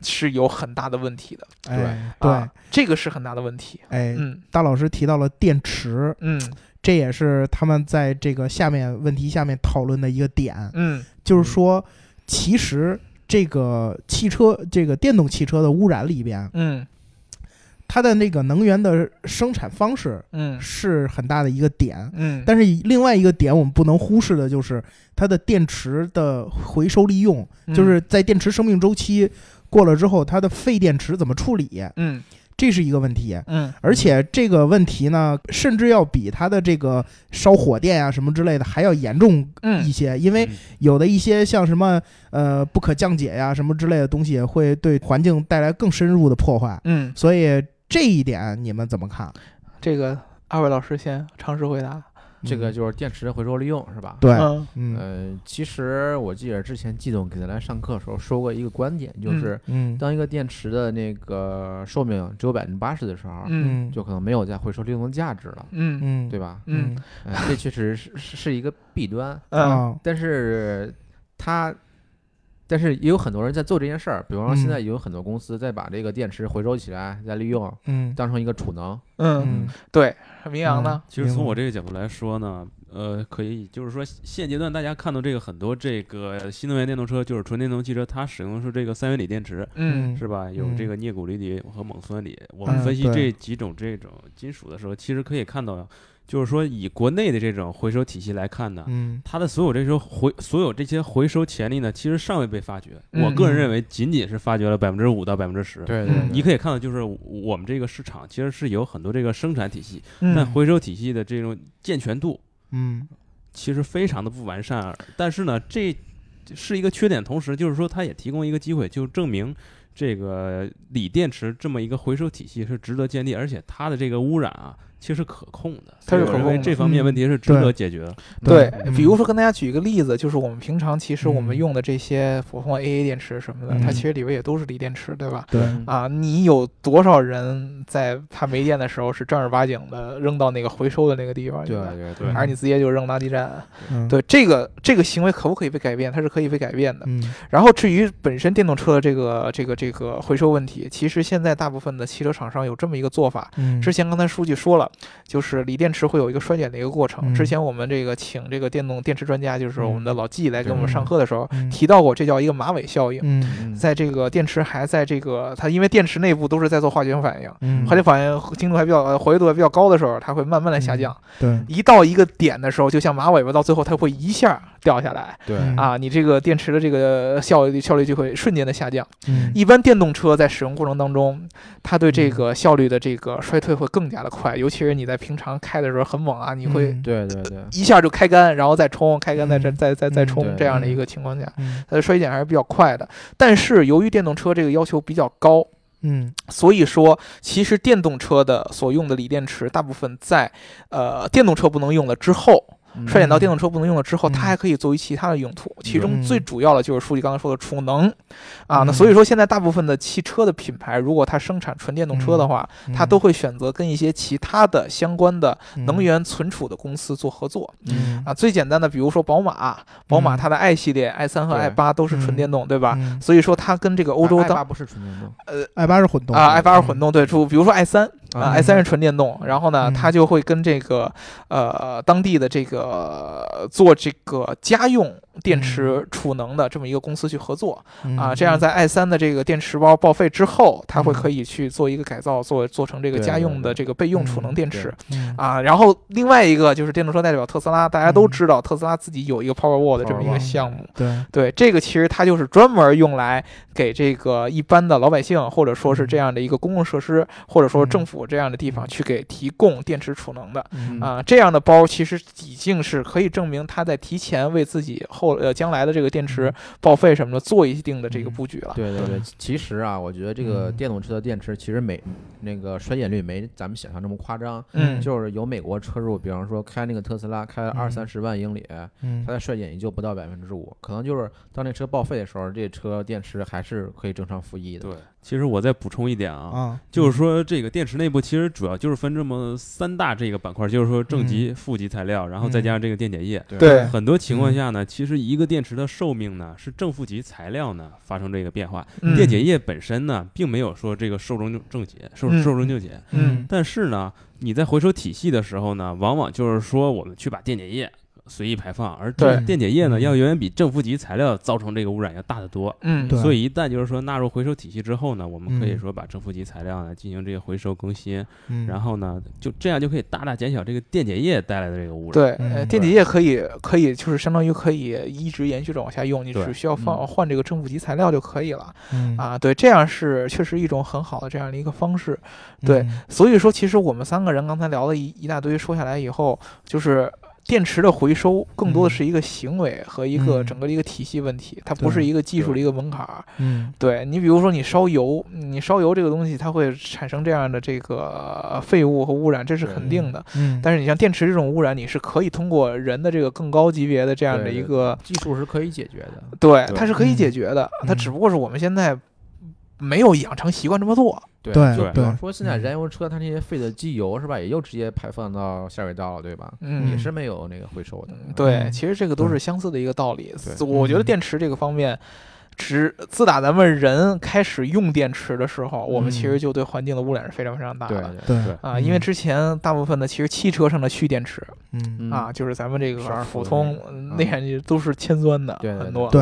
[SPEAKER 1] 是有很大的问题的。
[SPEAKER 2] 嗯，哎
[SPEAKER 1] 对、
[SPEAKER 2] 对
[SPEAKER 1] 啊，，这个是很大的问题。
[SPEAKER 2] 哎，
[SPEAKER 1] 嗯
[SPEAKER 2] 大老师提到了电池，
[SPEAKER 1] 嗯
[SPEAKER 2] 这也是他们在这个下面问题下面讨论的一个点，
[SPEAKER 1] 嗯
[SPEAKER 2] 就是说，其实这个汽车这个电动汽车的污染里边，
[SPEAKER 1] 嗯
[SPEAKER 2] 它的那个能源的生产方式
[SPEAKER 1] 嗯
[SPEAKER 2] 是很大的一个点。
[SPEAKER 1] 嗯，
[SPEAKER 2] 但是另外一个点我们不能忽视的就是它的电池的回收利用，
[SPEAKER 1] 嗯
[SPEAKER 2] 就是在电池生命周期过了之后，它的废电池怎么处理，
[SPEAKER 1] 嗯
[SPEAKER 2] 这是一个问题。
[SPEAKER 1] 嗯
[SPEAKER 2] 而且这个问题呢，甚至要比它的这个烧火电啊什么之类的还要严重
[SPEAKER 1] 嗯
[SPEAKER 2] 一些，因为有的一些像什么呃不可降解呀、什么之类的东西，会对环境带来更深入的破坏。
[SPEAKER 1] 嗯，
[SPEAKER 2] 所以这一点你们怎么看？
[SPEAKER 1] 这个二位老师先尝试回答。
[SPEAKER 3] 这个
[SPEAKER 2] 嗯
[SPEAKER 3] 就是电池的回收利用是吧？
[SPEAKER 2] 对，
[SPEAKER 1] 嗯
[SPEAKER 2] 嗯
[SPEAKER 3] 呃，其实我记得之前季总给咱来上课的时候说过一个观点，就
[SPEAKER 1] 嗯
[SPEAKER 3] 是
[SPEAKER 2] 嗯
[SPEAKER 3] 当一个电池的那个寿命只有百分之八十的时候，
[SPEAKER 1] 嗯
[SPEAKER 3] 就可能没有再回收利用的价值了，
[SPEAKER 1] 嗯
[SPEAKER 2] 嗯
[SPEAKER 3] 对吧？
[SPEAKER 1] 嗯
[SPEAKER 3] 呃这确实是是是一个弊端，
[SPEAKER 1] 嗯
[SPEAKER 2] 啊
[SPEAKER 3] 但是它，但是也有很多人在做这件事儿，比方说现在
[SPEAKER 2] 嗯
[SPEAKER 3] 也有很多公司在把这个电池回收起来再利用，
[SPEAKER 2] 嗯
[SPEAKER 3] 当成一个储能。
[SPEAKER 1] 嗯，
[SPEAKER 2] 嗯
[SPEAKER 1] 对，明阳呢？
[SPEAKER 4] 其实从我这个角度来说呢，呃，可以就是说，现阶段大家看到这个很多这个新能源电动车，就是纯电动汽车，它使用的是这个三元锂电池，
[SPEAKER 1] 嗯
[SPEAKER 4] 是吧？有
[SPEAKER 2] 嗯
[SPEAKER 4] 这个镍钴锂锂和锰酸锂。我
[SPEAKER 2] 嗯
[SPEAKER 4] 们分析
[SPEAKER 2] 对
[SPEAKER 4] 这几种这种金属的时候，其实可以看到，就是说以国内的这种回收体系来看呢。
[SPEAKER 2] 嗯
[SPEAKER 4] 它的所有这些回所有这些回收潜力呢，其实尚未被发掘。
[SPEAKER 1] 嗯
[SPEAKER 4] 我个人
[SPEAKER 2] 嗯
[SPEAKER 4] 认为，仅仅是发掘了百分之五到百分之十。
[SPEAKER 3] 对
[SPEAKER 2] 对
[SPEAKER 4] 你可以看到，就是我们这个市场其实是有很多这个生产体系，但
[SPEAKER 1] 嗯
[SPEAKER 4] 回收体系的这种健全度
[SPEAKER 2] 嗯
[SPEAKER 4] 其实非常的不完善，啊但是呢，这是一个缺点，同时就是说它也提供一个机会，就证明这个锂电池这么一个回收体系是值得建立，而且它的这个污染啊，其实是可控的，
[SPEAKER 1] 它是
[SPEAKER 4] 所以我
[SPEAKER 1] 可
[SPEAKER 4] 认为
[SPEAKER 1] 控的嗯
[SPEAKER 4] 这方面问题是值得解决的。
[SPEAKER 1] 对
[SPEAKER 2] 嗯，
[SPEAKER 1] 比如说跟大家举一个例子，就是我们平常其实我们
[SPEAKER 2] 嗯
[SPEAKER 1] 用的这些普通的 AA 电池什么的，
[SPEAKER 2] 嗯
[SPEAKER 1] 它其实里边也都是锂电池，对吧？
[SPEAKER 2] 对
[SPEAKER 1] 啊，你有多少人在它没电的时候是正儿八经的扔到那个回收的那个地方去
[SPEAKER 3] 对
[SPEAKER 1] 的？
[SPEAKER 3] 对
[SPEAKER 4] 对
[SPEAKER 3] 对，
[SPEAKER 1] 而你直接就扔垃圾站，啊
[SPEAKER 2] 嗯
[SPEAKER 1] 对这个这个行为可不可以被改变？它是可以被改变的。
[SPEAKER 2] 嗯
[SPEAKER 1] 然后至于本身电动车的这个这个这个回收问题，其实现在大部分的汽车厂商有这么一个做法，
[SPEAKER 2] 嗯
[SPEAKER 1] 之前刚才书记说了，就是锂电池会有一个衰减的一个过程。
[SPEAKER 2] 嗯
[SPEAKER 1] 之前我们这个请这个电动电池专家，就是我们的老纪来给我们上
[SPEAKER 2] 嗯
[SPEAKER 1] 课的时候、
[SPEAKER 2] 嗯
[SPEAKER 1] 提到过，这叫一个马尾效应。
[SPEAKER 2] 嗯
[SPEAKER 3] 嗯
[SPEAKER 1] 在这个电池还在这个它，因为电池内部都是在做化学反应，
[SPEAKER 2] 嗯
[SPEAKER 1] 化学反应精度还比较呃活跃度还比较高的时候，它会慢慢的下降。
[SPEAKER 2] 对
[SPEAKER 1] 一到一个点的时候，就像马尾巴，到最后它会一下掉下来
[SPEAKER 3] 对
[SPEAKER 2] 嗯
[SPEAKER 1] 啊，你这个电池的这个效率效率就会瞬间的下降。
[SPEAKER 2] 嗯
[SPEAKER 1] 一般电动车在使用过程当中，它对这个效率的这个衰退会更加的快，尤其是你在平常开的时候很猛啊，你会
[SPEAKER 2] 嗯
[SPEAKER 3] 对对对，
[SPEAKER 1] 一下就开干，然后再冲，开干再再
[SPEAKER 2] 嗯
[SPEAKER 1] 再再再
[SPEAKER 2] 嗯
[SPEAKER 1] 冲
[SPEAKER 3] 对
[SPEAKER 1] 这样的一个情况下，
[SPEAKER 2] 嗯
[SPEAKER 1] 它的衰减还是比较快的。但是由于电动车这个要求比较高，
[SPEAKER 2] 嗯
[SPEAKER 1] 所以说其实电动车的所用的锂电池大部分在呃电动车不能用了之后，
[SPEAKER 3] 嗯
[SPEAKER 1] 衰减到电动车不能用了之后，
[SPEAKER 2] 嗯
[SPEAKER 1] 它还可以作为其他的用途，其中
[SPEAKER 2] 嗯
[SPEAKER 1] 最主要的就是书记刚才说的储能啊。那
[SPEAKER 2] 嗯
[SPEAKER 1] 所以说，现在大部分的汽车的品牌，如果它生产纯电动
[SPEAKER 2] 嗯
[SPEAKER 1] 车的话，它都会选择跟一些其他的相关的能源存储的公司做合作
[SPEAKER 2] 嗯
[SPEAKER 1] 啊。最简单的，比如说宝马，宝马
[SPEAKER 2] 嗯
[SPEAKER 1] 它的 i 系列、i 三和 i
[SPEAKER 3] 对
[SPEAKER 1] 八都是纯电动，对吧？
[SPEAKER 2] 嗯
[SPEAKER 1] 所以说，它跟这个欧洲
[SPEAKER 3] 爱
[SPEAKER 1] 当
[SPEAKER 3] 爱八不是纯电动，
[SPEAKER 2] i 八是混动
[SPEAKER 1] 啊 i 八是混
[SPEAKER 2] 嗯
[SPEAKER 1] 动对出，比如说 i 三啊
[SPEAKER 2] 嗯
[SPEAKER 1] ，i 三是纯电动，然后呢，
[SPEAKER 2] 嗯
[SPEAKER 1] 它就会跟这个呃当地的这个呃做这个家用电
[SPEAKER 2] 嗯
[SPEAKER 1] 池储能的这么一个公司去合作啊，这样在 i 三的这个电池包报废之后，它会
[SPEAKER 2] 嗯
[SPEAKER 1] 可以去做一个改造，做做成这个
[SPEAKER 4] 对
[SPEAKER 1] 家
[SPEAKER 4] 对
[SPEAKER 1] 用的
[SPEAKER 4] 对
[SPEAKER 1] 这个备用储
[SPEAKER 2] 嗯
[SPEAKER 1] 能电池。
[SPEAKER 2] 嗯
[SPEAKER 1] 啊，然后另外一个就是电动车代表特斯拉，大家都
[SPEAKER 2] 嗯
[SPEAKER 1] 知道特斯拉自己有一个 Powerwall 的这么一
[SPEAKER 2] Powerwall
[SPEAKER 1] 个项目，
[SPEAKER 2] 对，
[SPEAKER 1] 对，这个其实它就是专门用来给这个一般的老百姓，或者说是这样的一个公共设施，或者说政府这样的地方去给提供电池储能的。
[SPEAKER 2] 嗯
[SPEAKER 1] 啊，这样的包其实已经是可以证明他在提前为自己后呃将来的这个电池报废什么的做一定的这个布局了。嗯
[SPEAKER 3] 对对对
[SPEAKER 2] 对，
[SPEAKER 5] 其实啊，我觉得这个
[SPEAKER 2] 嗯
[SPEAKER 5] 电动车的电池其实没那个衰减率没咱们想象这么夸张。
[SPEAKER 1] 嗯
[SPEAKER 5] 就是有美国车主，比方说开那个特斯拉，开了二三十万英里，
[SPEAKER 2] 嗯
[SPEAKER 5] 它的衰减也就不到百分之五，可能就是当这车报废的时候，这车电池还是可以正常服役的。
[SPEAKER 4] 对，其实我再补充一点啊，
[SPEAKER 2] 啊，
[SPEAKER 4] 就是说这个电池内部其实主要就是分这么三大这个板块，就是说正
[SPEAKER 1] 嗯
[SPEAKER 4] 极、负极材料，然后再加上这个电解液。
[SPEAKER 1] 对
[SPEAKER 4] 很多情况下呢，其实一个电池的寿命呢是正负极材料呢发生这个变化，
[SPEAKER 1] 嗯
[SPEAKER 4] 电解液本身呢并没有说这个寿终正解，寿
[SPEAKER 1] 嗯
[SPEAKER 4] 寿终正解。
[SPEAKER 1] 嗯
[SPEAKER 4] 但是呢，你在回收体系的时候呢，往往就是说我们去把电解液随意排放，而这
[SPEAKER 1] 对
[SPEAKER 4] 电解液呢
[SPEAKER 2] 嗯
[SPEAKER 4] 要远远比正负极材料造成这个污染要大得多。
[SPEAKER 1] 嗯
[SPEAKER 2] 对
[SPEAKER 4] 所以一旦就是说纳入回收体系之后呢，我们可以
[SPEAKER 2] 嗯
[SPEAKER 4] 说把正负极材料呢进行这个回收更新，
[SPEAKER 2] 嗯
[SPEAKER 4] 然后呢就这样就可以大大减小这个电解液带来的这个污染。
[SPEAKER 1] 对，呃
[SPEAKER 2] 嗯
[SPEAKER 1] 电解液可以可以就是相当于可以一直延续着往下用，你
[SPEAKER 4] 对
[SPEAKER 1] 只需要放
[SPEAKER 5] 嗯
[SPEAKER 1] 换这个正负极材料就可以了
[SPEAKER 2] 嗯
[SPEAKER 1] 啊。对，这样是确实一种很好的这样的一个方式。对
[SPEAKER 2] 嗯
[SPEAKER 1] 所以说，其实我们三个人刚才聊了一一大堆，说下来以后，就是电池的回收更多的是一个行为和一个
[SPEAKER 2] 嗯
[SPEAKER 1] 整个的一个体系问题，它不
[SPEAKER 2] 对
[SPEAKER 1] 是一个技术的一个门槛儿。
[SPEAKER 2] 嗯
[SPEAKER 1] 对你，比如说你烧油，你烧油这个东西，它会产生这样的这个废物和污染，这是肯定的。
[SPEAKER 2] 嗯，
[SPEAKER 1] 但是你像电池这种污染，你是可以通过人的这个更高级别的这样的
[SPEAKER 5] 对
[SPEAKER 1] 一
[SPEAKER 5] 对
[SPEAKER 1] 个
[SPEAKER 5] 技术是可以解决的。
[SPEAKER 1] 对，
[SPEAKER 4] 对
[SPEAKER 1] 它是可以
[SPEAKER 2] 嗯
[SPEAKER 1] 解决的，它
[SPEAKER 2] 嗯
[SPEAKER 1] 只不过是我们现在没有养成习惯这么做。
[SPEAKER 5] 对
[SPEAKER 2] 对
[SPEAKER 5] 就比方
[SPEAKER 2] 对
[SPEAKER 5] 说现在
[SPEAKER 2] 嗯
[SPEAKER 5] 燃油车它那些废的机油是吧，也就直接排放到下水道了，对吧？也
[SPEAKER 1] 嗯
[SPEAKER 5] 是没有那个回收的。
[SPEAKER 1] 对，
[SPEAKER 2] 嗯
[SPEAKER 1] 其实这个都
[SPEAKER 2] 对
[SPEAKER 1] 是相似的一个道理。
[SPEAKER 5] 对
[SPEAKER 1] 所我觉得
[SPEAKER 2] 嗯
[SPEAKER 1] 电池这个方面，只自打咱们人开始用电池的时候，我们其
[SPEAKER 2] 嗯
[SPEAKER 1] 实就对环境的污染是非常非常大
[SPEAKER 5] 对
[SPEAKER 1] 的。
[SPEAKER 2] 对
[SPEAKER 4] 对
[SPEAKER 1] 啊，因为
[SPEAKER 2] 嗯
[SPEAKER 1] 之前大部分的其实汽车上的蓄电池
[SPEAKER 2] 嗯
[SPEAKER 1] 啊，，就是咱们这个
[SPEAKER 5] 12
[SPEAKER 1] 普
[SPEAKER 5] 伏的
[SPEAKER 1] 通
[SPEAKER 5] 那个
[SPEAKER 1] 嗯
[SPEAKER 5] 嗯
[SPEAKER 1] 那样都是铅酸的，
[SPEAKER 5] 对对
[SPEAKER 1] 很
[SPEAKER 5] 对
[SPEAKER 1] 多
[SPEAKER 2] 对，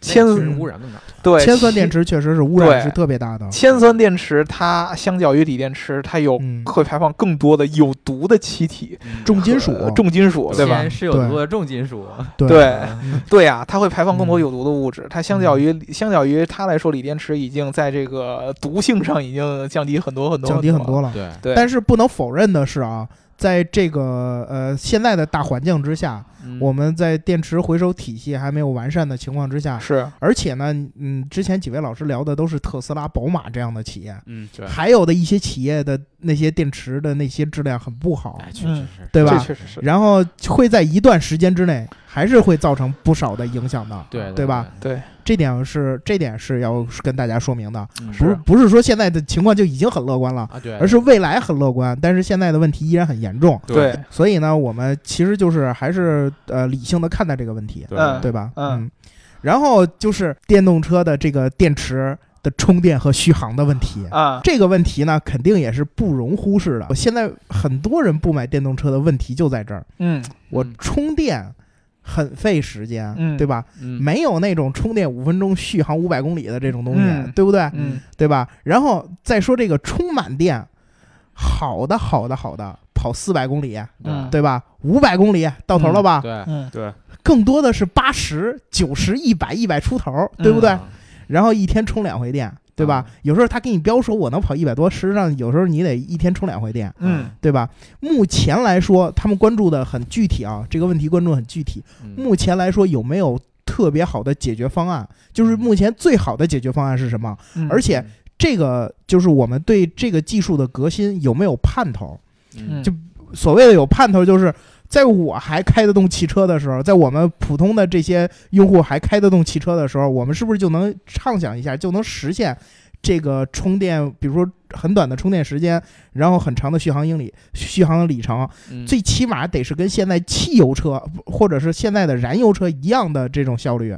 [SPEAKER 1] 铅
[SPEAKER 5] 那其实污染更大。
[SPEAKER 1] 对
[SPEAKER 2] 铅酸电
[SPEAKER 1] 其
[SPEAKER 2] 池确实是污染
[SPEAKER 1] 对
[SPEAKER 2] 是特别大的，
[SPEAKER 1] 铅酸电池它相较于锂电池，它有
[SPEAKER 2] 嗯
[SPEAKER 1] 会排放更多的有毒的气体、
[SPEAKER 2] 重金属
[SPEAKER 1] 呃重金
[SPEAKER 5] 嗯
[SPEAKER 1] 属，对吧？
[SPEAKER 3] 铅是有
[SPEAKER 2] 对
[SPEAKER 3] 毒的重金属，
[SPEAKER 5] 啊
[SPEAKER 2] 对
[SPEAKER 1] 对
[SPEAKER 2] 嗯
[SPEAKER 1] 对呀、它会排放更多
[SPEAKER 2] 嗯
[SPEAKER 1] 有毒的物质。它相较于相较于它来说，锂电池已经在这个毒性上已经降低很多很多，
[SPEAKER 2] 降低很多。了。
[SPEAKER 5] 对，
[SPEAKER 1] 对，
[SPEAKER 2] 但是不能否认的是啊，在这个呃现在的大环境之下，
[SPEAKER 3] 嗯
[SPEAKER 2] 我们在电池回收体系还没有完善的情况之下，
[SPEAKER 1] 啊是
[SPEAKER 2] 而且呢，嗯，之前几位老师聊的都是特斯拉、宝马这样的企业，
[SPEAKER 4] 嗯，
[SPEAKER 5] 对
[SPEAKER 2] 还有的一些企业的那些电池的那些质量很不好，
[SPEAKER 5] 哎，确实是，
[SPEAKER 2] 对
[SPEAKER 1] 这
[SPEAKER 2] 吧？
[SPEAKER 1] 确实是
[SPEAKER 2] 然后会在一段时间之内，还是会造成不少的影响的。
[SPEAKER 5] 对
[SPEAKER 2] 对吧？
[SPEAKER 1] 对，
[SPEAKER 2] 这点是这点是要跟大家说明的，
[SPEAKER 5] 嗯
[SPEAKER 2] 不是不是说现在的情况就已经很乐观了，
[SPEAKER 5] 啊，对，
[SPEAKER 2] 而是未来很乐观，但是现在的问题依然很严重。
[SPEAKER 1] 对，
[SPEAKER 2] 所以呢，我们其实就是还是呃理性的看待这个问题，
[SPEAKER 4] 对
[SPEAKER 1] 嗯
[SPEAKER 2] 对吧？
[SPEAKER 1] 嗯
[SPEAKER 2] 然后就是电动车的这个电池的充电和续航的问题。
[SPEAKER 1] 啊，
[SPEAKER 2] 这个问题呢，肯定也是不容忽视的。现在很多人不买电动车的问题就在这儿，
[SPEAKER 1] 嗯
[SPEAKER 2] 我
[SPEAKER 3] 嗯
[SPEAKER 2] 充电很费时间，
[SPEAKER 1] 嗯
[SPEAKER 2] 对吧？
[SPEAKER 3] 嗯
[SPEAKER 2] 没有那种充电五分钟续航五百公里的这种东西，
[SPEAKER 1] 嗯
[SPEAKER 2] 对不对？
[SPEAKER 1] 嗯
[SPEAKER 2] 对吧？然后再说这个充满电，好的，好的，好的，跑四百公里，
[SPEAKER 1] 嗯
[SPEAKER 2] 对吧？五百公里到头了吧？
[SPEAKER 5] 对，啊
[SPEAKER 1] 嗯，
[SPEAKER 4] 对
[SPEAKER 2] 更多的是八十九十、一百、一百出头，对
[SPEAKER 1] 嗯
[SPEAKER 2] 不对？
[SPEAKER 5] 啊
[SPEAKER 2] 然后一天充两回电，对吧？
[SPEAKER 1] 啊
[SPEAKER 2] 有时候他给你标说我能跑一百多，实际上有时候你得一天充两回电。
[SPEAKER 1] 嗯
[SPEAKER 2] 对吧？目前来说，他们关注的很具体啊，这个问题关注得很具体。
[SPEAKER 5] 嗯
[SPEAKER 2] 目前来说有没有特别好的解决方案？就是目前最好的解决方案是什么？
[SPEAKER 1] 嗯，
[SPEAKER 2] 而且这个就是我们对这个技术的革新有没有盼头？
[SPEAKER 1] 嗯
[SPEAKER 2] 就所谓的有盼头，就是在我还开得动汽车的时候，在我们普通的这些用户还开得动汽车的时候，我们是不是就能畅想一下，就能实现这个充电，比如说很短的充电时间，然后很长的续航英里、续航的里程，
[SPEAKER 3] 嗯
[SPEAKER 2] 最起码得是跟现在汽油车或者是现在的燃油车一样的这种效率，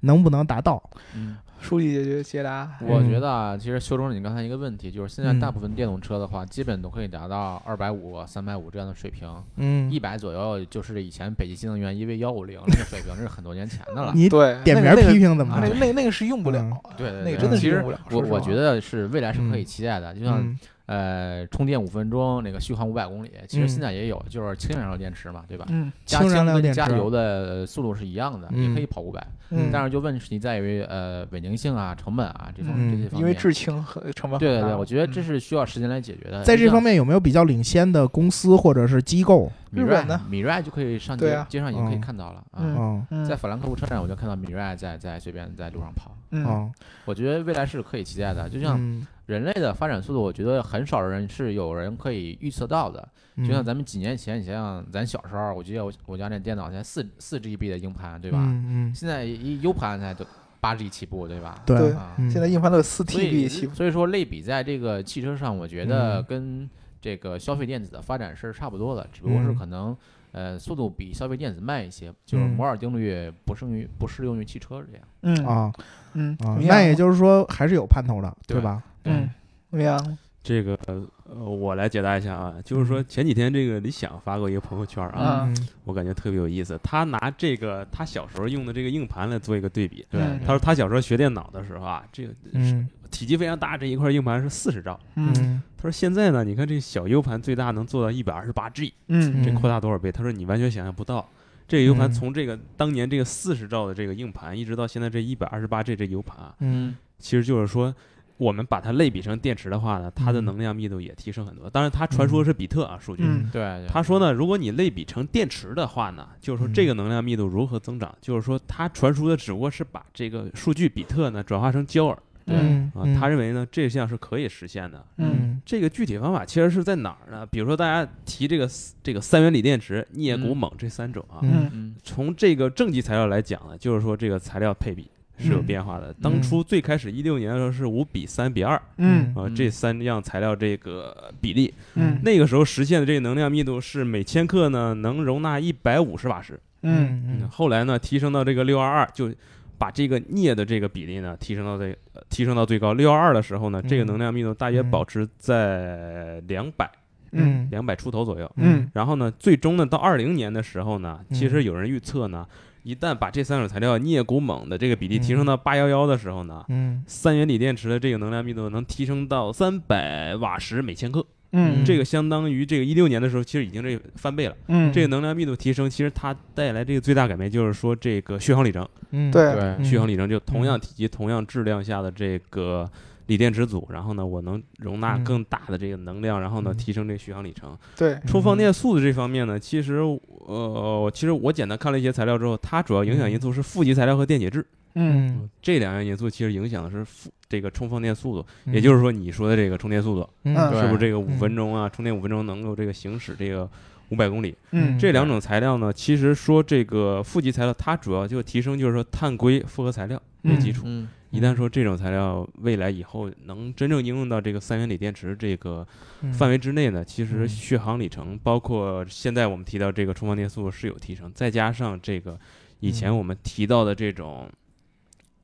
[SPEAKER 2] 能不能达到？
[SPEAKER 5] 嗯
[SPEAKER 1] 书记解决捷达，
[SPEAKER 5] 我觉
[SPEAKER 2] 嗯
[SPEAKER 5] 得啊，其实修正了你刚才一个问题，就是现在大
[SPEAKER 2] 嗯
[SPEAKER 5] 部分电动车的话，基本都可以达到二百五、三百五这样的水平，
[SPEAKER 2] 嗯
[SPEAKER 5] 一百左右就是以前北极新能源 EV 幺五零那个水平，那是很多年前的了。
[SPEAKER 2] 你
[SPEAKER 1] 对，
[SPEAKER 2] 点名
[SPEAKER 1] 那个啊
[SPEAKER 2] 批评怎么
[SPEAKER 1] 那
[SPEAKER 2] 着
[SPEAKER 1] 个？那个那个是用不了啊
[SPEAKER 2] 嗯，
[SPEAKER 5] 对对
[SPEAKER 1] 那
[SPEAKER 5] 对
[SPEAKER 1] 个真的
[SPEAKER 2] 嗯
[SPEAKER 1] 是
[SPEAKER 5] 其实
[SPEAKER 1] 用不了。
[SPEAKER 5] 我
[SPEAKER 1] 说实
[SPEAKER 5] 我
[SPEAKER 1] 话
[SPEAKER 5] 觉得是未来是可以
[SPEAKER 2] 嗯
[SPEAKER 5] 期待的，就像
[SPEAKER 2] 嗯
[SPEAKER 5] 呃，充电五分钟，那个续航五百公里，其
[SPEAKER 2] 嗯
[SPEAKER 5] 实现在也有，就是氢燃料电池嘛，对吧？
[SPEAKER 1] 嗯
[SPEAKER 5] 加
[SPEAKER 2] 氢燃料
[SPEAKER 5] 跟
[SPEAKER 2] 电
[SPEAKER 5] 加
[SPEAKER 2] 池
[SPEAKER 5] 油的速度是一样的，也可以跑五百，
[SPEAKER 2] 嗯
[SPEAKER 5] 但是就问题在于呃稳定性啊、成本啊这种、这
[SPEAKER 2] 嗯
[SPEAKER 5] 些方面。
[SPEAKER 1] 因为制氢和成本很
[SPEAKER 5] 对对
[SPEAKER 1] 大
[SPEAKER 5] 对，我觉得这
[SPEAKER 1] 嗯
[SPEAKER 5] 是需要时间来解决的。
[SPEAKER 2] 在
[SPEAKER 5] 就
[SPEAKER 2] 这
[SPEAKER 5] 像
[SPEAKER 2] 方面有没有比较领先的公司或者是机构？
[SPEAKER 5] 米
[SPEAKER 1] 日本
[SPEAKER 5] Rai-
[SPEAKER 1] 呢
[SPEAKER 5] 米 Rai 就可以上
[SPEAKER 1] 对
[SPEAKER 5] 街、
[SPEAKER 1] 啊
[SPEAKER 5] 街上已经可以
[SPEAKER 2] 嗯
[SPEAKER 5] 看到了啊。
[SPEAKER 1] 嗯
[SPEAKER 2] 嗯
[SPEAKER 1] 嗯
[SPEAKER 5] 在法兰克福车站，我就看到米 Rai 在在随便在路上跑。
[SPEAKER 1] 嗯
[SPEAKER 2] 哦，
[SPEAKER 5] 我觉得未来是可以期待的，就像
[SPEAKER 2] 嗯，
[SPEAKER 5] 人类的发展速度，我觉得很少人是有人可以预测到的。
[SPEAKER 2] 嗯
[SPEAKER 5] 就像咱们几年前，你想想，咱小时候，我记得我我家那电脑才四四 GB 的硬盘，对吧？
[SPEAKER 2] 嗯嗯，
[SPEAKER 5] 现在一 U 盘才都八 G 起步，对吧？
[SPEAKER 2] 对
[SPEAKER 1] 对
[SPEAKER 5] 啊，
[SPEAKER 2] 嗯
[SPEAKER 1] 现在硬盘都有四
[SPEAKER 5] 所以
[SPEAKER 1] TB 起步，
[SPEAKER 5] 所以说类比在这个汽车上，我觉得
[SPEAKER 2] 嗯
[SPEAKER 5] 跟这个消费电子的发展是差不多的，只不过是
[SPEAKER 2] 嗯
[SPEAKER 5] 可能呃速度比消费电子慢一些，就是摩尔定律不适用于不适用于汽车这样。
[SPEAKER 1] 嗯
[SPEAKER 2] 啊
[SPEAKER 1] 嗯
[SPEAKER 2] 啊，
[SPEAKER 1] 明
[SPEAKER 2] 那
[SPEAKER 1] 白
[SPEAKER 2] 也
[SPEAKER 1] 了
[SPEAKER 2] 就是说还是有盼头的，对
[SPEAKER 5] 对
[SPEAKER 2] 吧？
[SPEAKER 1] 嗯明白了
[SPEAKER 4] 这个呃，我来解答一下啊，就是说前几天这个李想发过一个朋友圈啊，
[SPEAKER 1] 啊
[SPEAKER 2] 嗯
[SPEAKER 4] 我感觉特别有意思。他拿这个他小时候用的这个硬盘来做一个对比，
[SPEAKER 5] 对
[SPEAKER 1] 嗯
[SPEAKER 4] 他说他小时候学电脑的时候啊，这个
[SPEAKER 2] 嗯
[SPEAKER 4] 体积非常大，这一块硬盘是四十兆。
[SPEAKER 1] 嗯
[SPEAKER 4] 他说现在呢，你看这小 U 盘最大能做到一百二十八 G，
[SPEAKER 1] 嗯
[SPEAKER 4] 这
[SPEAKER 2] 嗯
[SPEAKER 4] 扩大多少倍？他说你完全想象不到。这个 U 盘
[SPEAKER 2] 嗯
[SPEAKER 4] 从这个当年这个四十兆的这个硬盘，一直到现在这一百二十八 G 这 U 盘啊，
[SPEAKER 2] 嗯
[SPEAKER 4] 其实就是说，我们把它类比成电池的话呢，它的
[SPEAKER 2] 嗯
[SPEAKER 4] 能量密度也提升很多。当然，他传说的是比特啊数据。
[SPEAKER 1] 嗯
[SPEAKER 5] 对，对
[SPEAKER 4] 他说呢，如果你类比成电池的话呢，就是说
[SPEAKER 2] 嗯
[SPEAKER 4] 这个能量密度如何增长，就是说它传输的只不过是把这个数据比特呢转化成焦耳
[SPEAKER 2] 嗯
[SPEAKER 4] 啊。他认为呢，这项是可以实现的。
[SPEAKER 1] 嗯
[SPEAKER 2] 嗯
[SPEAKER 4] 这个具体方法其实是在哪儿呢？比如说大家提这个这个三元锂电池、镍、钴、
[SPEAKER 5] 嗯
[SPEAKER 4] 锰这三种啊，
[SPEAKER 1] 嗯
[SPEAKER 5] 嗯
[SPEAKER 4] 从这个正极材料来讲呢，就是说这个材料配比是有
[SPEAKER 1] 嗯
[SPEAKER 4] 变化的。当初最开始一六年的时候是五比三比二
[SPEAKER 1] 嗯
[SPEAKER 4] 啊，
[SPEAKER 5] 嗯
[SPEAKER 4] 这三样材料这个比例，
[SPEAKER 1] 嗯
[SPEAKER 4] 那个时候实现的这个能量密度是每千克呢能容纳一百五十瓦时。
[SPEAKER 1] 嗯
[SPEAKER 2] 嗯
[SPEAKER 4] 后来呢提升到这个六二二，就把这个镍的这个比例呢提升到这呃提升到最高。六二二的时候呢，
[SPEAKER 2] 嗯
[SPEAKER 4] 这个能量密度大约
[SPEAKER 2] 嗯
[SPEAKER 4] 保持在两百
[SPEAKER 1] 嗯
[SPEAKER 4] 两百出头左右。
[SPEAKER 1] 嗯
[SPEAKER 4] 然后呢，最终呢，到二零年的时候呢，
[SPEAKER 2] 嗯
[SPEAKER 4] 其实有人预测呢，一旦把这三种材料镍、钴、锰的这个比例提升到八幺幺的时候呢，
[SPEAKER 2] 嗯
[SPEAKER 4] 三元锂电池的这个能量密度能提升到三百瓦时每千克，
[SPEAKER 1] 嗯
[SPEAKER 4] 这个相当于这个一六年的时候，其实已经这翻倍了。
[SPEAKER 1] 嗯
[SPEAKER 4] 这个能量密度提升，其实它带来这个最大改变就是说，这个续航里程，
[SPEAKER 2] 嗯
[SPEAKER 1] 对
[SPEAKER 5] 对
[SPEAKER 2] 嗯
[SPEAKER 4] 续航里程就同样体积、同样质量下的这个。锂电池组，然后呢，我能容纳
[SPEAKER 2] 嗯
[SPEAKER 4] 更大的这个能量，然后呢，
[SPEAKER 2] 嗯
[SPEAKER 4] 提升这个续航里程。
[SPEAKER 1] 对
[SPEAKER 4] 充放电速度这方面呢，其实呃，其实我简单看了一些材料之后，它主要影响因素是负极材料和电解质，
[SPEAKER 1] 嗯
[SPEAKER 2] 嗯，
[SPEAKER 4] 这两样因素其实影响的是负这个充放电速度，
[SPEAKER 2] 嗯
[SPEAKER 4] 也就是说你说的这个充电速度，
[SPEAKER 2] 嗯
[SPEAKER 4] 是不
[SPEAKER 5] 对嗯
[SPEAKER 4] 是这个五分钟啊，充电五分钟能够这个行驶这个五百公里？
[SPEAKER 1] 嗯
[SPEAKER 4] 这两种材料呢，其实说这个负极材料它主要就提升就是说碳硅复合材料为基础。
[SPEAKER 5] 嗯
[SPEAKER 4] 一旦说这种材料未来以后能真正应用到这个三元锂电池这个
[SPEAKER 2] 嗯
[SPEAKER 4] 范围之内呢，其实
[SPEAKER 2] 嗯
[SPEAKER 4] 续航里程，包括现在我们提到这个充放电速度是有提升，再加上这个以前
[SPEAKER 2] 嗯
[SPEAKER 4] 我们提到的这种。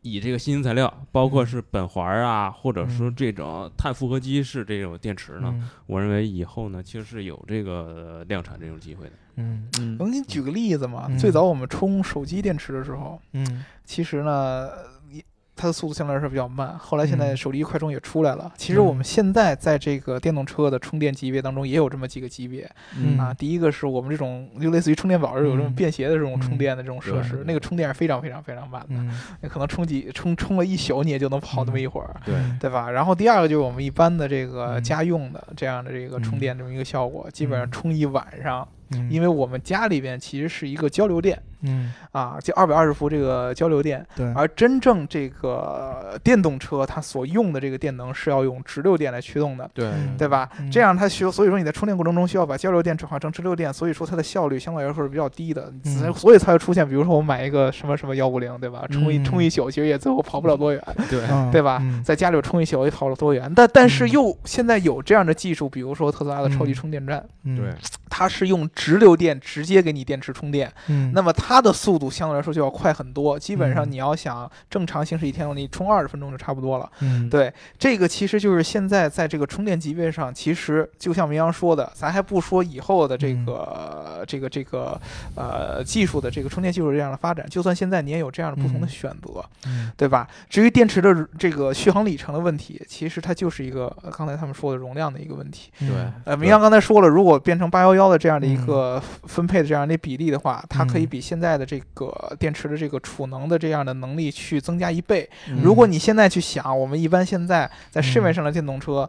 [SPEAKER 4] 以这个新型材料，包括是苯环儿啊，或者说
[SPEAKER 2] 嗯
[SPEAKER 4] 这种碳复合基式这种电池呢，
[SPEAKER 2] 嗯
[SPEAKER 4] 我认为以后呢，其实是有这个量产这种机会的。
[SPEAKER 2] 嗯
[SPEAKER 5] 嗯
[SPEAKER 1] 能给你举个例子吗？
[SPEAKER 2] 嗯
[SPEAKER 1] 最早我们充手机电池的时候，
[SPEAKER 2] 嗯
[SPEAKER 1] 其实呢，一它的速度相对来说比较慢。后来现在
[SPEAKER 2] 嗯
[SPEAKER 1] 手机快充也出来了，其实我们现在在这个电动车的充电级别当中也有这么几个级别
[SPEAKER 2] 嗯
[SPEAKER 1] 啊。第一个是我们这种就类似于充电宝有这种
[SPEAKER 2] 嗯
[SPEAKER 1] 便携的这种
[SPEAKER 2] 嗯
[SPEAKER 1] 充电的这种设施
[SPEAKER 5] 对，
[SPEAKER 1] 那个充电是非常非常非常慢的，
[SPEAKER 2] 嗯
[SPEAKER 1] 那可能充几充充了一宿你也就能跑那么一会儿。
[SPEAKER 5] 对
[SPEAKER 1] 对吧？然后第二个就是我们一般的这个
[SPEAKER 2] 嗯
[SPEAKER 1] 家用的这样的这个充电这么一个效果，基本上
[SPEAKER 2] 嗯
[SPEAKER 1] 充一晚上，
[SPEAKER 2] 嗯，
[SPEAKER 1] 因
[SPEAKER 2] 为
[SPEAKER 1] 为我们家里边其实是一个交流电
[SPEAKER 2] 嗯
[SPEAKER 1] 啊，就二百二十伏这个交流电，
[SPEAKER 2] 对
[SPEAKER 1] 而真正这个呃电动车它所用的这个电能是要用直流电来驱动的，
[SPEAKER 5] 对
[SPEAKER 2] 嗯
[SPEAKER 1] 对吧？
[SPEAKER 2] 嗯
[SPEAKER 1] 这样它需要，所以说你在充电过程中需要把交流电转化成直流电，所以说它的效率相对来说是比较低的，
[SPEAKER 2] 嗯
[SPEAKER 1] 所以才会出现，比如说我买一个什么什么幺五零，对吧？充一
[SPEAKER 2] 嗯
[SPEAKER 1] 充一宿，其实也最后跑不了多远，
[SPEAKER 4] 对
[SPEAKER 2] 啊
[SPEAKER 1] 对吧？
[SPEAKER 2] 嗯
[SPEAKER 1] 在家里充一宿也跑不了多远，但但是
[SPEAKER 2] 嗯
[SPEAKER 1] 又现在有这样的技术，比如说特斯拉的超级
[SPEAKER 2] 嗯
[SPEAKER 1] 充电站，
[SPEAKER 2] 嗯
[SPEAKER 5] 对
[SPEAKER 1] 它是用直流电直接给你电池充电，
[SPEAKER 2] 嗯，
[SPEAKER 1] 那么它的速度相对来说就要快很多。基本上
[SPEAKER 2] 嗯
[SPEAKER 1] 你要想正常行驶一天，你充二十分钟就差不多了。
[SPEAKER 2] 嗯
[SPEAKER 1] 对，这个其实就是现在在这个充电级别上，其实就像明阳说的，咱还不说以后的这
[SPEAKER 2] 嗯
[SPEAKER 1] 个、这个这个呃技术的这个充电技术这样的发展，就算现在你也有这样的不同的
[SPEAKER 2] 嗯
[SPEAKER 1] 选择，
[SPEAKER 2] 嗯
[SPEAKER 1] 对吧？至于电池的这个续航里程的问题，其实它就是一个呃刚才他们说的容量的一个问题。
[SPEAKER 2] 嗯
[SPEAKER 1] 呃，明阳刚才说了，如果变成八幺幺的这样的一
[SPEAKER 2] 嗯
[SPEAKER 1] 个分配的这样的比例的话，它可以
[SPEAKER 2] 嗯
[SPEAKER 1] 比现在的这个电池的这个储能的这样的能力去增加一倍。
[SPEAKER 2] 嗯
[SPEAKER 1] 如果你现在去想，我们一般现在在市面上的电动车，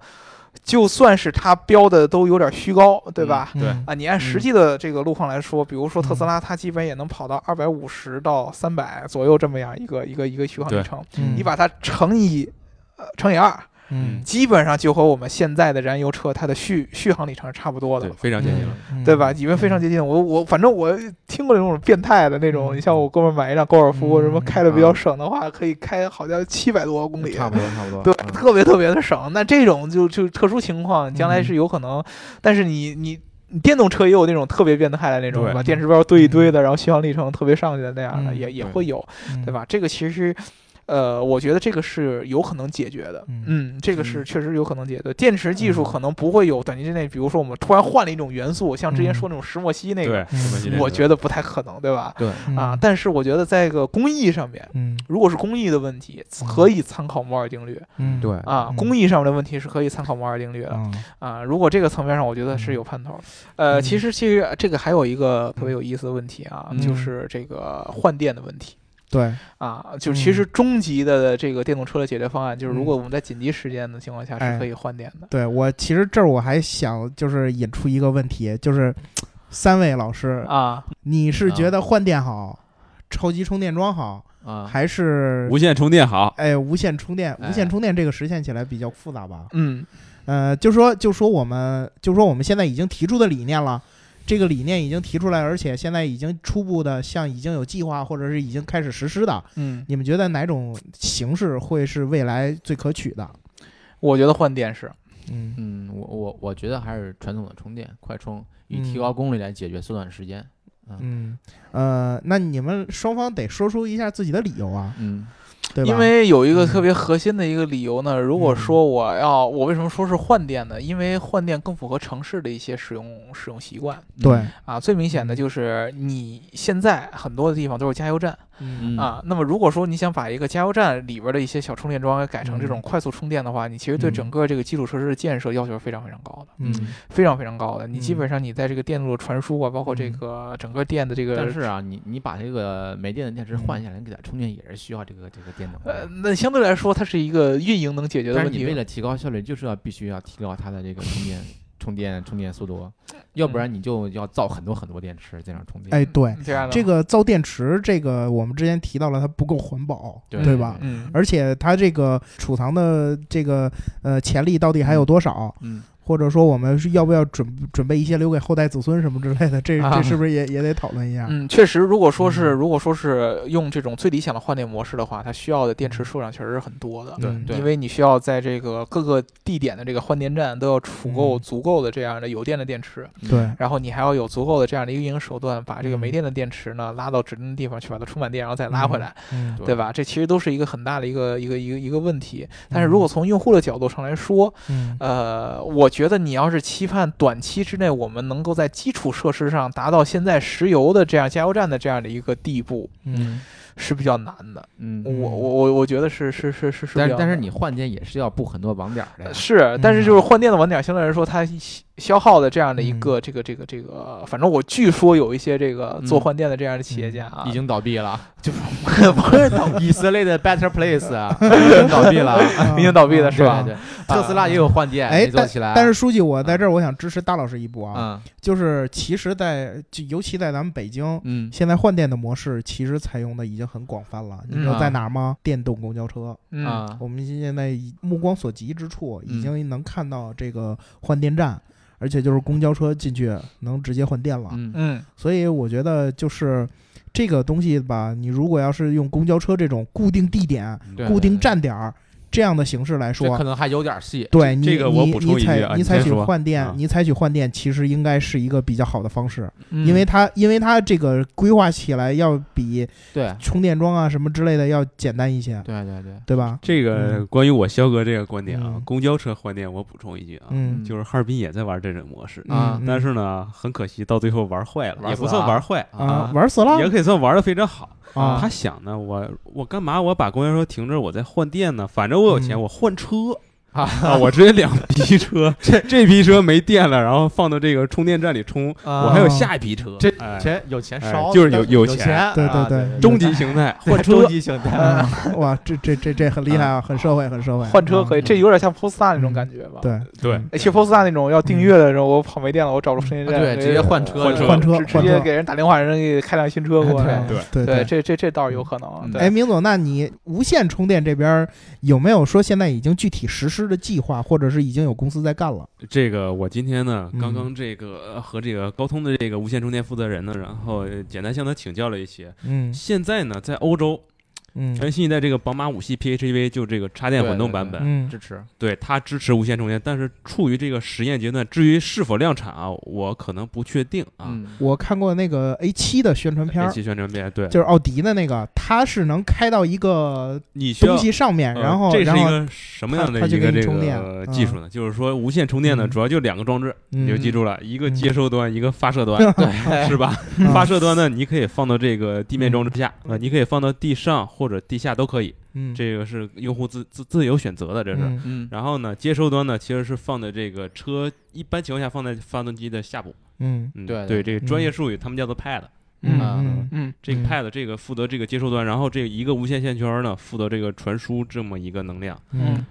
[SPEAKER 1] 就算是它标的都有点虚高，对吧？
[SPEAKER 4] 对
[SPEAKER 2] 嗯
[SPEAKER 1] 啊，你按实际的这个路况来说，比如说特斯拉，它基本也能跑到二百五十到三百左右这么样一个一个一个续航里
[SPEAKER 4] 对
[SPEAKER 1] 程。
[SPEAKER 2] 嗯
[SPEAKER 1] 你把它乘以呃乘以二，
[SPEAKER 2] 嗯
[SPEAKER 1] 基本上就和我们现在的燃油车它的续续航里程是差不多的
[SPEAKER 4] 对，。非常接近了。
[SPEAKER 2] 嗯
[SPEAKER 1] 对吧？？已经非常接近。我我反正我听过那种变态的那种，
[SPEAKER 2] 嗯
[SPEAKER 1] 你像我哥们儿买一辆高尔夫，
[SPEAKER 2] 嗯
[SPEAKER 1] 什么开的比较省的话，可以开好像七百多公里，
[SPEAKER 5] 差不多差不多。
[SPEAKER 1] 对，
[SPEAKER 5] 嗯
[SPEAKER 1] 特别特别的省。那这种就就特殊情况，将来
[SPEAKER 2] 嗯
[SPEAKER 1] 是有可能，但是你你。你电动车也有那种特别变态的那种，
[SPEAKER 4] 对
[SPEAKER 1] 是吧？电池包堆一堆的，然后续航里程特别上去的那样的，
[SPEAKER 2] 嗯
[SPEAKER 1] 也也
[SPEAKER 5] 对
[SPEAKER 1] 会有，
[SPEAKER 2] 嗯
[SPEAKER 1] 对？吧？这个其实，呃，我觉得这个是有可能解决的。
[SPEAKER 2] 嗯
[SPEAKER 1] 嗯，这个是
[SPEAKER 5] 嗯
[SPEAKER 1] 确实有可能解决。电池技术
[SPEAKER 2] 嗯
[SPEAKER 1] 可能不会有短期之内，比如说我们突然换了一种元素，像之前
[SPEAKER 2] 嗯
[SPEAKER 1] 说那种石墨烯那个，
[SPEAKER 4] 对，石墨烯
[SPEAKER 2] 对
[SPEAKER 4] 电
[SPEAKER 1] 我
[SPEAKER 4] 池
[SPEAKER 1] 觉得不太可能，对吧？
[SPEAKER 5] 对，
[SPEAKER 1] 啊，但是我觉得在一个工艺上面，
[SPEAKER 2] 嗯
[SPEAKER 1] 如果是工艺的问题，可以参考摩尔定律
[SPEAKER 2] 嗯
[SPEAKER 5] 对
[SPEAKER 1] 啊
[SPEAKER 2] 嗯，
[SPEAKER 1] 工艺上面的问题是可以参考摩尔定律的。
[SPEAKER 2] 啊
[SPEAKER 1] 啊，如果这个层面上，我觉得是有盼头儿。呃，
[SPEAKER 2] 嗯
[SPEAKER 1] 其实其实这个还有一个特别有意思的问题啊，
[SPEAKER 2] 嗯
[SPEAKER 1] 就是这个换电的问题
[SPEAKER 2] 对
[SPEAKER 1] 啊，就其实终极的这个电动车的解决方案，就是如
[SPEAKER 2] 嗯
[SPEAKER 1] 果我们在紧急时间的情况下
[SPEAKER 2] 哎
[SPEAKER 1] 是可以换电的。
[SPEAKER 2] 对，我其实这儿我还想就是引出一个问题，就是三位老师，
[SPEAKER 1] 啊，
[SPEAKER 2] 你是
[SPEAKER 5] 啊
[SPEAKER 2] 觉得换电好，超级充电桩好，
[SPEAKER 5] 啊，
[SPEAKER 2] 还是
[SPEAKER 4] 无线充电好，
[SPEAKER 2] 哎无线充电？无线
[SPEAKER 5] 哎
[SPEAKER 2] 充电这个实现起来比较复杂吧？
[SPEAKER 1] 嗯
[SPEAKER 2] 呃，就说就说我们就说我们现在已经提出的理念了，这个理念已经提出来，而且现在已经初步的像已经有计划或者是已经开始实施的，
[SPEAKER 1] 嗯，
[SPEAKER 2] 你们觉得哪种形式会是未来最可取的？
[SPEAKER 1] 我觉得换电是，
[SPEAKER 2] 嗯
[SPEAKER 5] 嗯，我我我觉得还是传统的充电快充，以
[SPEAKER 2] 嗯
[SPEAKER 5] 提高功率来解决缩短时间。
[SPEAKER 2] 嗯呃，那你们双方得说出一下自己的理由啊，
[SPEAKER 5] 嗯
[SPEAKER 2] 对吧？
[SPEAKER 1] 因为有一个
[SPEAKER 2] 嗯
[SPEAKER 1] 特别核心的一个理由呢，如果说我要我为什么说是换电呢？因为换电更符合城市的一些使用使用习惯
[SPEAKER 5] 嗯
[SPEAKER 2] 对，
[SPEAKER 1] 啊。最明显
[SPEAKER 2] 嗯
[SPEAKER 1] 的就是你现在很多的地方都是加油站
[SPEAKER 2] 嗯
[SPEAKER 1] 啊。那么如果说你想把一个加油站里边的一些小充电桩改成这种
[SPEAKER 2] 嗯
[SPEAKER 1] 快速充电的话，你其实对
[SPEAKER 2] 嗯
[SPEAKER 1] 整个这个基础设施的建设要求是非常非常高的，
[SPEAKER 2] 嗯
[SPEAKER 1] 非常非常高的。你基
[SPEAKER 2] 嗯
[SPEAKER 1] 本上你在这个电路的传输啊，包括这
[SPEAKER 2] 嗯
[SPEAKER 1] 个整个电的这个
[SPEAKER 5] 但是啊，你你把这个没电的电池换下来，你给它充电也是需要这个这个电能
[SPEAKER 1] 嗯呃，
[SPEAKER 5] 的。
[SPEAKER 1] 那相对来说，它是一个运营能解决的
[SPEAKER 5] 但是
[SPEAKER 1] 问
[SPEAKER 5] 你
[SPEAKER 1] 题
[SPEAKER 5] 为。了提高效率，就是要必须要提高它的这个充 电、充电、充电速度，要不
[SPEAKER 1] 嗯
[SPEAKER 5] 然你就要造很多很多电池在那儿充电。
[SPEAKER 2] 哎对，
[SPEAKER 1] 这样的
[SPEAKER 2] 这个造电池，这个我们之前提到了，它不够环保，
[SPEAKER 5] 对
[SPEAKER 2] 吧？
[SPEAKER 1] 嗯，
[SPEAKER 2] 而且它这个储藏的这个呃潜力到底还有多少？
[SPEAKER 5] 嗯，
[SPEAKER 2] 或者说我们是要不要准准备一些留给后代子孙什么之类的？这
[SPEAKER 1] 啊
[SPEAKER 2] 这是不是也也得讨论一下？
[SPEAKER 1] 嗯，确实，如果说是
[SPEAKER 2] 嗯
[SPEAKER 1] 如果说是用这种最理想的换电模式的话，它需要的电池数量确实是很多的。
[SPEAKER 2] 嗯
[SPEAKER 5] 嗯对
[SPEAKER 1] 因为你需要在这个各个地点的这个换电站都要储够
[SPEAKER 2] 嗯
[SPEAKER 1] 足够的这样的有电的电池，
[SPEAKER 5] 嗯
[SPEAKER 2] 对，
[SPEAKER 1] 然后你还要有足够的这样的一个运营手段，把这个没
[SPEAKER 2] 嗯
[SPEAKER 1] 电的电池呢拉到指定的地方去把它充满电，然后再拉回来，
[SPEAKER 2] 嗯
[SPEAKER 5] 对
[SPEAKER 1] 对吧？这其实都是一个很大的一个一个一个一个问题。但是如果从用户的角度上来说，
[SPEAKER 2] 嗯
[SPEAKER 1] 呃，我觉得你要是期盼短期之内我们能够在基础设施上达到现在石油的这样加油站的这样的一个地步，
[SPEAKER 2] 嗯
[SPEAKER 1] 是比较难的。
[SPEAKER 5] 嗯
[SPEAKER 1] 我，我我我觉得是是是是是比较难
[SPEAKER 5] 但是
[SPEAKER 1] 的。
[SPEAKER 5] 但是你换电也是要布很多网点儿的呀
[SPEAKER 1] 呃。是，但是
[SPEAKER 2] 嗯
[SPEAKER 1] 就是换电的网点相对来说，它消消耗的这样的一个这个这个这个，反正我据说有一些这个做
[SPEAKER 5] 嗯
[SPEAKER 1] 换电的这样的企业家啊，
[SPEAKER 5] 已经倒闭 了，
[SPEAKER 1] 就是不是倒
[SPEAKER 5] 以 色列的 Better Place 啊，已经倒闭了，啊
[SPEAKER 1] 已啊经倒闭了
[SPEAKER 2] 嗯
[SPEAKER 1] 是吧？啊
[SPEAKER 5] 对对，特斯拉也有换电
[SPEAKER 2] 哎
[SPEAKER 5] 没，做
[SPEAKER 2] 但
[SPEAKER 5] 起来，
[SPEAKER 2] 但是书记，我在这儿我想支持大老师一步啊，
[SPEAKER 5] 嗯
[SPEAKER 2] 就是其实在，就尤其在咱们北京，
[SPEAKER 5] 嗯
[SPEAKER 2] 现在换电的模式其实采用的已经很广泛了。你知
[SPEAKER 1] 嗯
[SPEAKER 2] 道
[SPEAKER 5] 啊
[SPEAKER 2] 在哪儿吗？电动公交车，
[SPEAKER 1] 嗯
[SPEAKER 5] 啊
[SPEAKER 2] 我们现在已目光所及之处，
[SPEAKER 4] 嗯
[SPEAKER 2] 已经能看到这个换电站，而且就是公交车进去能直接换电了。
[SPEAKER 5] 嗯
[SPEAKER 1] 嗯
[SPEAKER 2] 所以我觉得就是这个东西吧，你如果要是用公交车这种固定地点、
[SPEAKER 5] 对
[SPEAKER 2] 固定站点儿。这样的形式来
[SPEAKER 5] 这
[SPEAKER 2] 说
[SPEAKER 5] 可，能还有点戏。
[SPEAKER 2] 对你
[SPEAKER 4] 这个我
[SPEAKER 2] 你
[SPEAKER 4] 补充
[SPEAKER 2] 你
[SPEAKER 4] 一句
[SPEAKER 2] 采
[SPEAKER 4] 啊
[SPEAKER 2] 你
[SPEAKER 4] 你
[SPEAKER 2] 采
[SPEAKER 4] 先
[SPEAKER 2] 取
[SPEAKER 4] 说
[SPEAKER 2] 换电
[SPEAKER 4] 啊，
[SPEAKER 2] 你采取换电其实应该是一个比较好的方式，
[SPEAKER 1] 嗯
[SPEAKER 2] 因为它因为它这个规划起来要比
[SPEAKER 5] 对
[SPEAKER 2] 充电桩啊什么之类的要简单一些，
[SPEAKER 5] 对对对，
[SPEAKER 2] 对吧？
[SPEAKER 4] 这个
[SPEAKER 2] 嗯
[SPEAKER 4] 关于我肖哥这个观点啊，
[SPEAKER 2] 嗯
[SPEAKER 4] 公交车换电，我补充一句啊，
[SPEAKER 2] 嗯
[SPEAKER 4] 就是哈尔滨也在玩这种模式，
[SPEAKER 2] 嗯
[SPEAKER 5] 啊
[SPEAKER 2] 嗯
[SPEAKER 4] 但是呢，很可惜到最后玩坏了，
[SPEAKER 5] 玩
[SPEAKER 4] 也
[SPEAKER 5] 死
[SPEAKER 4] 不
[SPEAKER 5] 了
[SPEAKER 4] 算
[SPEAKER 5] 啊
[SPEAKER 4] 玩坏，
[SPEAKER 2] 啊，玩死了
[SPEAKER 4] 也可以算玩的非常好。
[SPEAKER 2] 啊
[SPEAKER 4] 他想呢，我我干嘛？我把公交车停这儿，我再换电呢？反正我有钱，
[SPEAKER 2] 嗯
[SPEAKER 4] 我换车。
[SPEAKER 5] 啊
[SPEAKER 4] 啊！我直接两批车，这这批车没电了，然后放到这个充电站里充，我还有下一批车。
[SPEAKER 5] 这
[SPEAKER 4] 哎
[SPEAKER 5] 钱有钱
[SPEAKER 4] 哎
[SPEAKER 5] 烧，
[SPEAKER 4] 就是有
[SPEAKER 5] 有
[SPEAKER 4] 有钱
[SPEAKER 2] 对对
[SPEAKER 5] 啊
[SPEAKER 2] 对
[SPEAKER 5] 对，
[SPEAKER 4] 终极形态
[SPEAKER 5] 对
[SPEAKER 4] 换车
[SPEAKER 5] 终，极形态，
[SPEAKER 2] 啊哇，这这这这很厉害啊，很社会，很社会。
[SPEAKER 1] 换车可以，
[SPEAKER 2] 嗯
[SPEAKER 1] 这有点像 Polestar 那种感觉吧？
[SPEAKER 2] 对嗯
[SPEAKER 4] 对，
[SPEAKER 1] 哎，去 Polestar 那种要订阅的时候，我跑没电了，我找不着充电站，
[SPEAKER 5] 对，直接换车，
[SPEAKER 4] 换车
[SPEAKER 2] 换车哎
[SPEAKER 1] 直直接给人打电话，人给开辆新车过来。
[SPEAKER 2] 对对
[SPEAKER 1] 对，这这这倒是有可能
[SPEAKER 5] 嗯。
[SPEAKER 1] 对
[SPEAKER 2] 哎，，明总，那你无线充电这边儿有没有说现在已经具体实施的计划，或者是已经有公司在干了？
[SPEAKER 4] 这个我今天呢，
[SPEAKER 2] 嗯
[SPEAKER 4] 刚刚这个呃和这个高通的这个无线充电负责人呢，然后呃简单向他请教了一些。
[SPEAKER 2] 嗯
[SPEAKER 4] 现在呢，在欧洲
[SPEAKER 2] 嗯
[SPEAKER 4] 全新一代这个宝马五系 PHEV 就这个插电混动版本，
[SPEAKER 2] 嗯
[SPEAKER 5] 支持
[SPEAKER 4] 对它支持无线充电，但是处于这个实验阶段。至于是否量产啊，我可能不确定啊。
[SPEAKER 5] 嗯，
[SPEAKER 2] 我看过那个 A 七的宣传片
[SPEAKER 4] 一
[SPEAKER 2] 儿，
[SPEAKER 4] 起宣传片，对，
[SPEAKER 2] 就是奥迪的那个，它是能开到一个
[SPEAKER 4] 你需要
[SPEAKER 2] 东。西上面，
[SPEAKER 4] 呃
[SPEAKER 2] 然后
[SPEAKER 4] 这是
[SPEAKER 2] 然
[SPEAKER 4] 一
[SPEAKER 2] 后
[SPEAKER 4] 个什么样的
[SPEAKER 2] 它它就
[SPEAKER 4] 一
[SPEAKER 2] 给
[SPEAKER 4] 个这
[SPEAKER 2] 你充电
[SPEAKER 4] 个技术呢？就是说，无线充电呢，
[SPEAKER 2] 嗯
[SPEAKER 4] 主要就两个装置，
[SPEAKER 2] 你
[SPEAKER 4] 你就记住了，一个
[SPEAKER 2] 嗯
[SPEAKER 4] 接收端，一个发射端， 是吧？
[SPEAKER 2] 嗯
[SPEAKER 4] 发射端呢，你可以放到这个地面装置下啊、呃你可以放到地上或者地下都可以，
[SPEAKER 2] 嗯
[SPEAKER 4] 这个是用户自自自由选择的，这是。
[SPEAKER 2] 嗯
[SPEAKER 5] 嗯，
[SPEAKER 4] 然后呢，接收端呢其实是放在这个车，一般情况下放在发动机的下部。
[SPEAKER 2] 嗯
[SPEAKER 4] 嗯，
[SPEAKER 5] 对
[SPEAKER 4] 这个专业术语他们叫做 pad，、
[SPEAKER 2] 嗯
[SPEAKER 5] 啊
[SPEAKER 2] 嗯
[SPEAKER 1] 嗯，
[SPEAKER 4] 这个
[SPEAKER 2] 嗯
[SPEAKER 4] pad 这个负责这个接收端，然后这一个无线线圈呢负责这个传输这么一个能量。
[SPEAKER 2] 嗯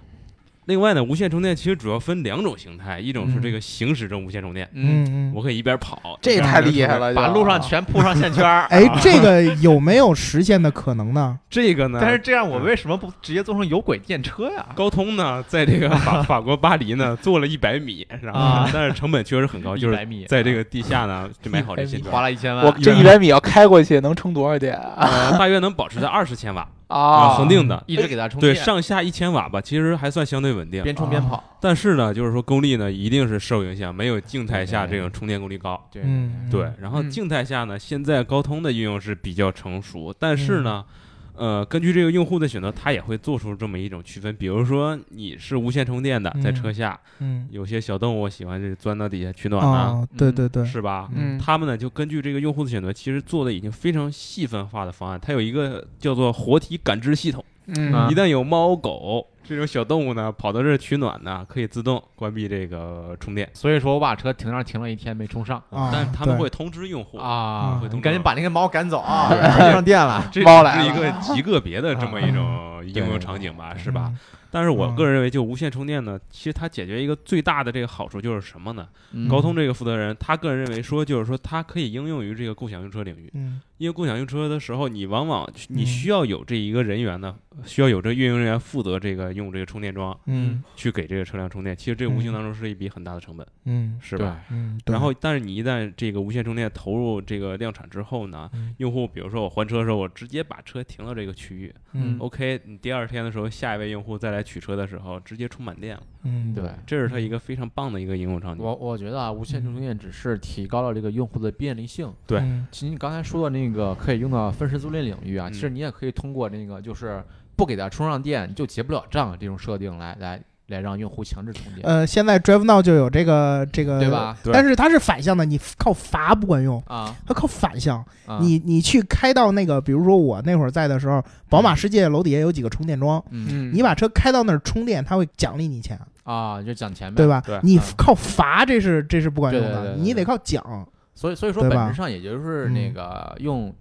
[SPEAKER 4] 另外呢，无线充电其实主要分两种形态，一种是
[SPEAKER 2] 嗯
[SPEAKER 4] 这个行驶中无线充电，
[SPEAKER 5] 嗯，
[SPEAKER 2] 嗯。
[SPEAKER 4] 我可以一边跑，
[SPEAKER 1] 这
[SPEAKER 4] 一边
[SPEAKER 1] 太厉害了，
[SPEAKER 4] 啊
[SPEAKER 5] 把
[SPEAKER 1] 就
[SPEAKER 5] 路上。全铺上线圈 儿
[SPEAKER 2] 哎，这个有没有实现的可能呢？
[SPEAKER 4] 这个呢，
[SPEAKER 3] 但是这样，我为什么不直接做成有轨电车呀？
[SPEAKER 4] 高通呢，在这个 法法国巴黎呢，做了一百米，然后
[SPEAKER 3] 啊
[SPEAKER 4] 但是成本确实很高，哦就
[SPEAKER 3] 100
[SPEAKER 4] 是
[SPEAKER 3] 米
[SPEAKER 4] 在这个地下呢，就买好这线圈
[SPEAKER 3] 花
[SPEAKER 4] 儿，
[SPEAKER 3] 了一千万，
[SPEAKER 1] 我这一百米要开过去能充多少电啊？
[SPEAKER 2] 嗯
[SPEAKER 4] 呃，大约能保持在二十千瓦
[SPEAKER 1] 啊，
[SPEAKER 4] 恒定
[SPEAKER 3] 嗯
[SPEAKER 4] 的，
[SPEAKER 5] 一直给它充
[SPEAKER 4] 对，
[SPEAKER 5] 电，
[SPEAKER 4] 上啊下一千瓦吧，其实还算相对稳定。
[SPEAKER 5] 边充边跑。
[SPEAKER 4] 但是呢，就是说功率呢，一定是受影响，没有静态下这种充电功率高。
[SPEAKER 5] 对
[SPEAKER 2] 嗯，
[SPEAKER 4] 对，然后
[SPEAKER 1] 嗯
[SPEAKER 4] 静态下呢，现在高通的应用是比较成熟，但是呢。
[SPEAKER 2] 嗯
[SPEAKER 4] 呃，根据这个用户的选择，它也会做出这么一种区分。比如说，你是无线充电的，在
[SPEAKER 2] 嗯
[SPEAKER 4] 车下，
[SPEAKER 2] 嗯
[SPEAKER 4] 有些小动物喜欢是钻到底下取暖啊，
[SPEAKER 2] 啊，对对对，
[SPEAKER 4] 是吧？
[SPEAKER 1] 嗯，
[SPEAKER 4] 他们呢就根据这个用户的选择，其实做的已经非常细分化的方案。它有一个叫做活体感知系统，
[SPEAKER 1] 嗯
[SPEAKER 2] 啊
[SPEAKER 4] 一旦有猫狗这种小动物呢跑到这儿取暖呢，可以自动关闭这个充电，
[SPEAKER 5] 所以说我把车停那儿停了一天没充上
[SPEAKER 2] 啊
[SPEAKER 4] 但是他们
[SPEAKER 2] 对
[SPEAKER 4] 会通知用户。
[SPEAKER 5] 啊
[SPEAKER 2] 会
[SPEAKER 4] 通知
[SPEAKER 5] 你赶紧把那个猫赶走啊，上电了。
[SPEAKER 4] 这
[SPEAKER 1] 猫来
[SPEAKER 4] 是一
[SPEAKER 1] 了
[SPEAKER 4] 个极个别的这么一种应用场景吧，是吧？？但是我
[SPEAKER 2] 啊嗯
[SPEAKER 4] 个人认为，就无线充电呢，其实它解决一个最大的这个好处就是什么呢？
[SPEAKER 5] 嗯
[SPEAKER 4] 高通这个负责人，他个人认为说，就是说它可以应用于这个共享用车领域，
[SPEAKER 2] 嗯
[SPEAKER 4] 因为共享用车的时候，你往往去
[SPEAKER 2] 嗯
[SPEAKER 4] 你需要有这一个人员呢，需要有这运营人员负责这个用这个充电桩
[SPEAKER 2] 嗯
[SPEAKER 4] 去给这个车辆充电，其实这个无形
[SPEAKER 2] 嗯
[SPEAKER 4] 当中是一笔很大的成本，
[SPEAKER 2] 嗯
[SPEAKER 4] 是吧？
[SPEAKER 2] 嗯，
[SPEAKER 4] 然后，但是你一旦这个无线充电投入这个量产之后呢，
[SPEAKER 2] 嗯
[SPEAKER 4] 用户比如说我还车的时候，我直接把车停到这个区域、
[SPEAKER 2] 嗯
[SPEAKER 4] o k 你第二天的时候，下一位用户再来取车的时候，直接充满电了，
[SPEAKER 2] 嗯
[SPEAKER 5] 对。
[SPEAKER 4] 这是它一个非常棒的一个应用场景。
[SPEAKER 5] 我我觉得啊，无线充电只是提高了这个用户的便利性。
[SPEAKER 4] 对
[SPEAKER 2] 嗯
[SPEAKER 5] 其实你刚才说的那个可以用到分时租赁领域啊，
[SPEAKER 4] 嗯
[SPEAKER 5] 其实你也可以通过那个就是不给它充上电，你就结不了账这种设定来来来让用户强制充电，
[SPEAKER 2] 呃，现在 Drive Now 就有这个这个，
[SPEAKER 5] 对？吧？
[SPEAKER 2] 呃
[SPEAKER 4] 对
[SPEAKER 2] 但是它是反向的，你靠罚不管用，
[SPEAKER 5] 啊，
[SPEAKER 2] 它靠反向。
[SPEAKER 5] 啊
[SPEAKER 2] 你你去开到那个，比如说我那会儿在的时候，宝
[SPEAKER 4] 嗯
[SPEAKER 2] 马世界楼底下有几个充电桩，
[SPEAKER 5] 嗯
[SPEAKER 1] 嗯，
[SPEAKER 2] 你把车开到那儿充电，它会奖励你钱，
[SPEAKER 5] 啊，就讲前面
[SPEAKER 2] 对？吧
[SPEAKER 4] 对？
[SPEAKER 2] 你
[SPEAKER 5] 嗯
[SPEAKER 2] 靠罚这是这是不管用
[SPEAKER 5] 对对
[SPEAKER 2] 的，
[SPEAKER 5] 对对
[SPEAKER 2] 你得靠奖。
[SPEAKER 5] 所以所以说
[SPEAKER 2] 对
[SPEAKER 5] 本
[SPEAKER 2] 吧嗯
[SPEAKER 5] 质上也就是那个用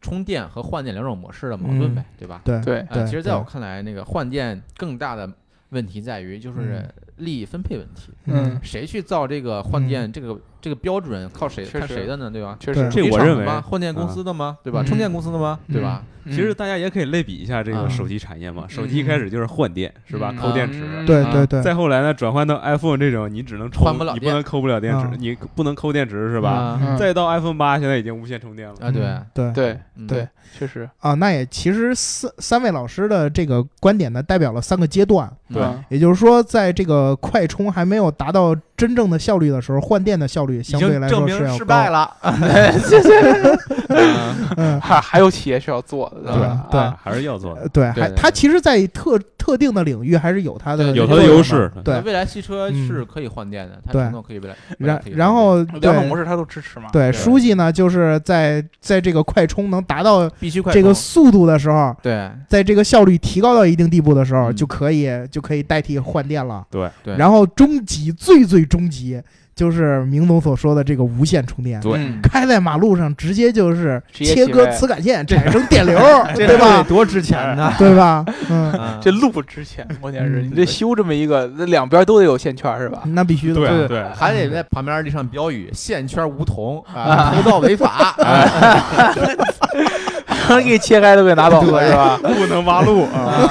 [SPEAKER 5] 充电和换电两种模式的矛盾呗，对吧？
[SPEAKER 2] 嗯对
[SPEAKER 1] 对
[SPEAKER 5] 呃，
[SPEAKER 2] 对，
[SPEAKER 5] 其实在我
[SPEAKER 2] 对
[SPEAKER 5] 看来，那个换电更大的问题在于，就是
[SPEAKER 2] 嗯
[SPEAKER 5] 利益分配问题，
[SPEAKER 1] 嗯，
[SPEAKER 5] 谁去造这个换电这个这个标准，靠谁
[SPEAKER 1] 确
[SPEAKER 5] 看
[SPEAKER 1] 实
[SPEAKER 5] 谁的呢？对吧？
[SPEAKER 1] 确
[SPEAKER 2] 对
[SPEAKER 1] 实
[SPEAKER 4] 这
[SPEAKER 5] 手机
[SPEAKER 4] 我
[SPEAKER 5] 厂
[SPEAKER 4] 认
[SPEAKER 5] 的
[SPEAKER 4] 为
[SPEAKER 5] 吗换电公司的吗？对吧？
[SPEAKER 2] 嗯
[SPEAKER 5] 充电公司的吗？对吧？
[SPEAKER 1] 嗯
[SPEAKER 4] 其实大家也可以类比一下这个
[SPEAKER 5] 嗯
[SPEAKER 4] 手机产业嘛，
[SPEAKER 1] 嗯
[SPEAKER 4] 手机一开始就是换电是吧？
[SPEAKER 1] 嗯
[SPEAKER 4] 抠电池，
[SPEAKER 1] 嗯
[SPEAKER 2] 对
[SPEAKER 5] 啊
[SPEAKER 2] 对对，
[SPEAKER 4] 再后来呢，转换到 iPhone 这种，你只能抽
[SPEAKER 5] 换不了
[SPEAKER 4] 你不
[SPEAKER 5] 电
[SPEAKER 4] 能抠不了电池，
[SPEAKER 2] 嗯
[SPEAKER 4] 你不能抠电池是
[SPEAKER 5] 是
[SPEAKER 4] 吧？
[SPEAKER 5] 吧？
[SPEAKER 1] 嗯
[SPEAKER 4] 再到 iPhone 八，现在已经无线充电了。
[SPEAKER 5] 啊，对
[SPEAKER 2] 嗯对
[SPEAKER 1] 对
[SPEAKER 5] 嗯
[SPEAKER 1] 对，确实
[SPEAKER 2] 啊，那也其实三三位老师的这个观点呢，代表了三个阶段。
[SPEAKER 5] 对
[SPEAKER 1] 嗯
[SPEAKER 2] 也就是说，在这个快充还没有达到真正的效率的时候，换电的效率相对来说是要高。
[SPEAKER 1] 了，
[SPEAKER 2] 嗯，
[SPEAKER 1] 还还有企业需要做的，
[SPEAKER 2] 对
[SPEAKER 1] 吧？
[SPEAKER 2] 对
[SPEAKER 1] 啊
[SPEAKER 4] 还是要做的
[SPEAKER 2] 呃，对，还
[SPEAKER 5] 对
[SPEAKER 2] 它其实，在特特定的领域还是有它的
[SPEAKER 5] 对有
[SPEAKER 4] 它
[SPEAKER 2] 它
[SPEAKER 4] 的优势
[SPEAKER 2] 对，
[SPEAKER 5] 未来汽车
[SPEAKER 2] 嗯
[SPEAKER 5] 是可以换电的，它
[SPEAKER 2] 对
[SPEAKER 5] 承诺可以未来。未来
[SPEAKER 2] 然
[SPEAKER 5] 可以换
[SPEAKER 2] 然后
[SPEAKER 1] 两种
[SPEAKER 2] 对
[SPEAKER 1] 模式它都支持嘛？
[SPEAKER 2] 对，
[SPEAKER 5] 对
[SPEAKER 2] 书记呢，就是在在这个快充能达到
[SPEAKER 5] 电必须快
[SPEAKER 2] 这个
[SPEAKER 5] 充
[SPEAKER 2] 速度的时候，
[SPEAKER 5] 对
[SPEAKER 2] 在这个效率提高到一定地步的时候，
[SPEAKER 5] 嗯
[SPEAKER 2] 就可以就可以代替换电了。
[SPEAKER 4] 对
[SPEAKER 5] 对
[SPEAKER 2] 然后终极最最终极就是明总所说的这个无线充电，
[SPEAKER 4] 对
[SPEAKER 1] 嗯
[SPEAKER 2] 开在马路上直接就是
[SPEAKER 1] 直接
[SPEAKER 2] 切
[SPEAKER 1] 起
[SPEAKER 2] 割
[SPEAKER 1] 位
[SPEAKER 2] 磁感线，产生电流，
[SPEAKER 3] 这
[SPEAKER 2] 对吧
[SPEAKER 3] 得？多值钱呢！
[SPEAKER 2] 对吧？嗯，
[SPEAKER 5] 啊
[SPEAKER 1] 这路不值钱，关键是你
[SPEAKER 2] 嗯
[SPEAKER 1] 这修这么一个，那两边都得有线圈是吧？
[SPEAKER 2] 那必须的。
[SPEAKER 4] 对啊
[SPEAKER 5] 对
[SPEAKER 4] 对，
[SPEAKER 5] 还得在旁边立上标语：“线圈无铜，啊，偷盗违法。
[SPEAKER 1] 给切开都给拿走了
[SPEAKER 5] 对
[SPEAKER 1] 是 吧？
[SPEAKER 4] 不能挖路啊！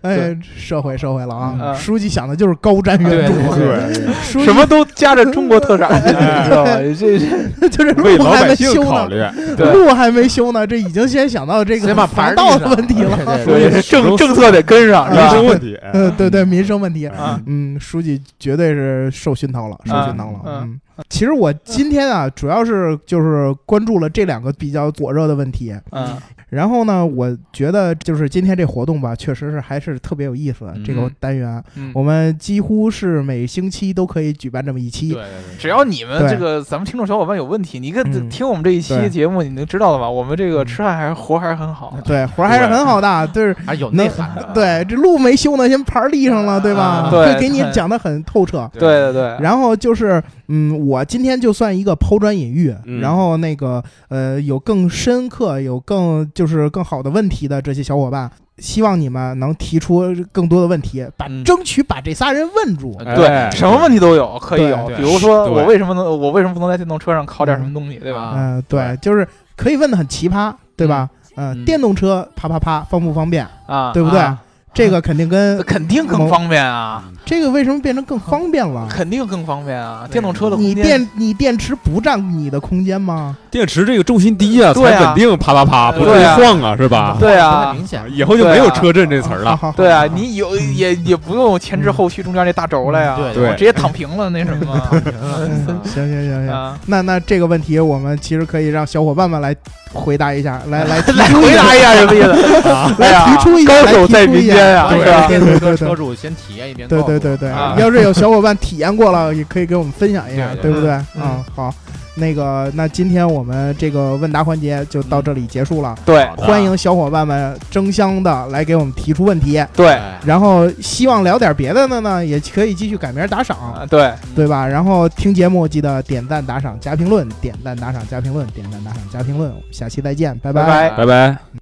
[SPEAKER 2] 哎，社会社会了啊！
[SPEAKER 1] 嗯
[SPEAKER 2] 书记想的就是高瞻远瞩啊，
[SPEAKER 4] 对
[SPEAKER 2] 书
[SPEAKER 1] 什么都加着中国特产，你知道吗？这这
[SPEAKER 2] 记就是
[SPEAKER 4] 为
[SPEAKER 2] 路
[SPEAKER 4] 老
[SPEAKER 2] 还
[SPEAKER 4] 百
[SPEAKER 2] 没
[SPEAKER 4] 姓
[SPEAKER 2] 修
[SPEAKER 4] 考
[SPEAKER 2] 呢，
[SPEAKER 4] 虑，
[SPEAKER 1] 对
[SPEAKER 2] 路还没修呢，这已经先想到这
[SPEAKER 5] 先
[SPEAKER 2] 个
[SPEAKER 5] 把牌
[SPEAKER 2] 防
[SPEAKER 5] 儿
[SPEAKER 2] 盗
[SPEAKER 5] 立
[SPEAKER 2] 的
[SPEAKER 5] 上
[SPEAKER 2] 问题了。
[SPEAKER 5] 对
[SPEAKER 1] 所以政政策得跟上是
[SPEAKER 4] 民
[SPEAKER 1] 吧
[SPEAKER 4] 生？问题。哎
[SPEAKER 2] 呃，对对，民生问题，
[SPEAKER 1] 嗯啊
[SPEAKER 2] 嗯，书记绝对是受熏陶了，受
[SPEAKER 1] 啊
[SPEAKER 2] 熏陶了。
[SPEAKER 1] 啊
[SPEAKER 2] 嗯，其实我今天啊，主要是就是关注了这两个比较火热的问题。
[SPEAKER 1] 嗯
[SPEAKER 2] 然后呢，我觉得就是今天这活动吧，确实是还是特别有意思。这个
[SPEAKER 1] 嗯
[SPEAKER 2] 单元，啊
[SPEAKER 1] 嗯，
[SPEAKER 2] 我们几乎是每星期都可以举办这么一”期。
[SPEAKER 5] 对
[SPEAKER 1] 只要你们
[SPEAKER 2] 对
[SPEAKER 1] 这个咱们听众小伙伴有问题，你
[SPEAKER 2] 嗯
[SPEAKER 1] 跟听我们这一期
[SPEAKER 2] 对嗯
[SPEAKER 1] 节目，你能知道的吧？我们这个吃饭还是活还是很好的。
[SPEAKER 2] 对，活儿还是很
[SPEAKER 1] 嗯
[SPEAKER 2] 好的，啊就是
[SPEAKER 1] 啊
[SPEAKER 5] 还有内涵的。
[SPEAKER 2] 对这路没修呢，先牌儿立上了，对吧？
[SPEAKER 5] 啊
[SPEAKER 1] 对
[SPEAKER 2] 会给你
[SPEAKER 1] 对
[SPEAKER 2] 讲的很透彻。
[SPEAKER 1] 对对对，
[SPEAKER 2] 然后就是，嗯，我今天就算一个抛砖引玉，
[SPEAKER 4] 嗯
[SPEAKER 2] 然后那个呃，有更深刻、有更就是更好的问题的这些小伙伴，希望你们能提出更多的问题，把、
[SPEAKER 1] 嗯
[SPEAKER 2] 争取把这仨人问住。
[SPEAKER 5] 哎
[SPEAKER 1] 对，什么问题都有，可以
[SPEAKER 2] 对
[SPEAKER 1] 有。
[SPEAKER 5] 对
[SPEAKER 1] 比如说，
[SPEAKER 4] 对
[SPEAKER 1] 我为什么能，我为什么不能在电动车上考点什么东西，对吧？
[SPEAKER 5] 啊，
[SPEAKER 2] 嗯、对，就是可以问的很奇葩，对吧？嗯、
[SPEAKER 5] 嗯
[SPEAKER 2] 电动车啪啪啪方不方便？
[SPEAKER 1] 啊，呃
[SPEAKER 2] 对不对？
[SPEAKER 1] 啊
[SPEAKER 2] 这个肯定跟
[SPEAKER 1] 那肯定更方便啊，
[SPEAKER 2] 这个为什么变成更方便了？
[SPEAKER 1] 肯定更方便啊！电动车的
[SPEAKER 2] 你
[SPEAKER 1] 空间，
[SPEAKER 2] 电你电池不占你的空间吗？
[SPEAKER 4] 电池这个重心低啊，才
[SPEAKER 1] 对啊
[SPEAKER 4] 稳定啪啪啪，不至
[SPEAKER 1] 对
[SPEAKER 4] 于
[SPEAKER 1] 啊
[SPEAKER 4] 晃啊，是吧？
[SPEAKER 1] 对
[SPEAKER 5] 太
[SPEAKER 1] 啊，
[SPEAKER 5] 明显了。
[SPEAKER 4] 以后就没有车震这词儿
[SPEAKER 2] 好
[SPEAKER 4] 了。
[SPEAKER 2] 好好
[SPEAKER 1] 对啊，你有也也不用前置后续中间那大轴了呀，
[SPEAKER 5] 嗯
[SPEAKER 4] 对
[SPEAKER 1] 我直接躺平了那什么
[SPEAKER 2] 嗯行行行行。
[SPEAKER 1] 啊，
[SPEAKER 2] 那那这个问题，我们其实可以让小伙伴们来回答一下， 来来提
[SPEAKER 1] 来
[SPEAKER 2] 出
[SPEAKER 1] 回答一下什么意思？啊哎呀
[SPEAKER 2] 来提出一下，
[SPEAKER 1] 高手在
[SPEAKER 2] 来提出一
[SPEAKER 1] 民
[SPEAKER 2] 下
[SPEAKER 1] 间啊，
[SPEAKER 2] 对
[SPEAKER 1] 是吧？
[SPEAKER 2] 对对
[SPEAKER 5] 电动
[SPEAKER 2] 对
[SPEAKER 5] 车
[SPEAKER 2] 对
[SPEAKER 5] 车主先体验一遍，
[SPEAKER 2] 对
[SPEAKER 5] 告诉
[SPEAKER 2] 对
[SPEAKER 5] 我
[SPEAKER 2] 对对
[SPEAKER 1] 啊，
[SPEAKER 2] 要是有小伙伴体验过了，也可以给我们分享一下，
[SPEAKER 5] 对
[SPEAKER 2] 对不对？
[SPEAKER 1] 嗯
[SPEAKER 2] 啊，好，那个那今天我们这个问答环节就到这里结束了，
[SPEAKER 1] 对
[SPEAKER 2] 欢迎小伙伴们争相的来给我们提出问题，
[SPEAKER 1] 对
[SPEAKER 5] 哎
[SPEAKER 2] 然后希望聊点别的的呢，也可以继续改名打赏。
[SPEAKER 1] 啊对，
[SPEAKER 2] 对吧？然后听节目记得点赞、打赏、加评论，点赞、打赏、加评论，点赞、打赏、加评论。我们下期再见，拜
[SPEAKER 1] 拜拜
[SPEAKER 4] 拜拜。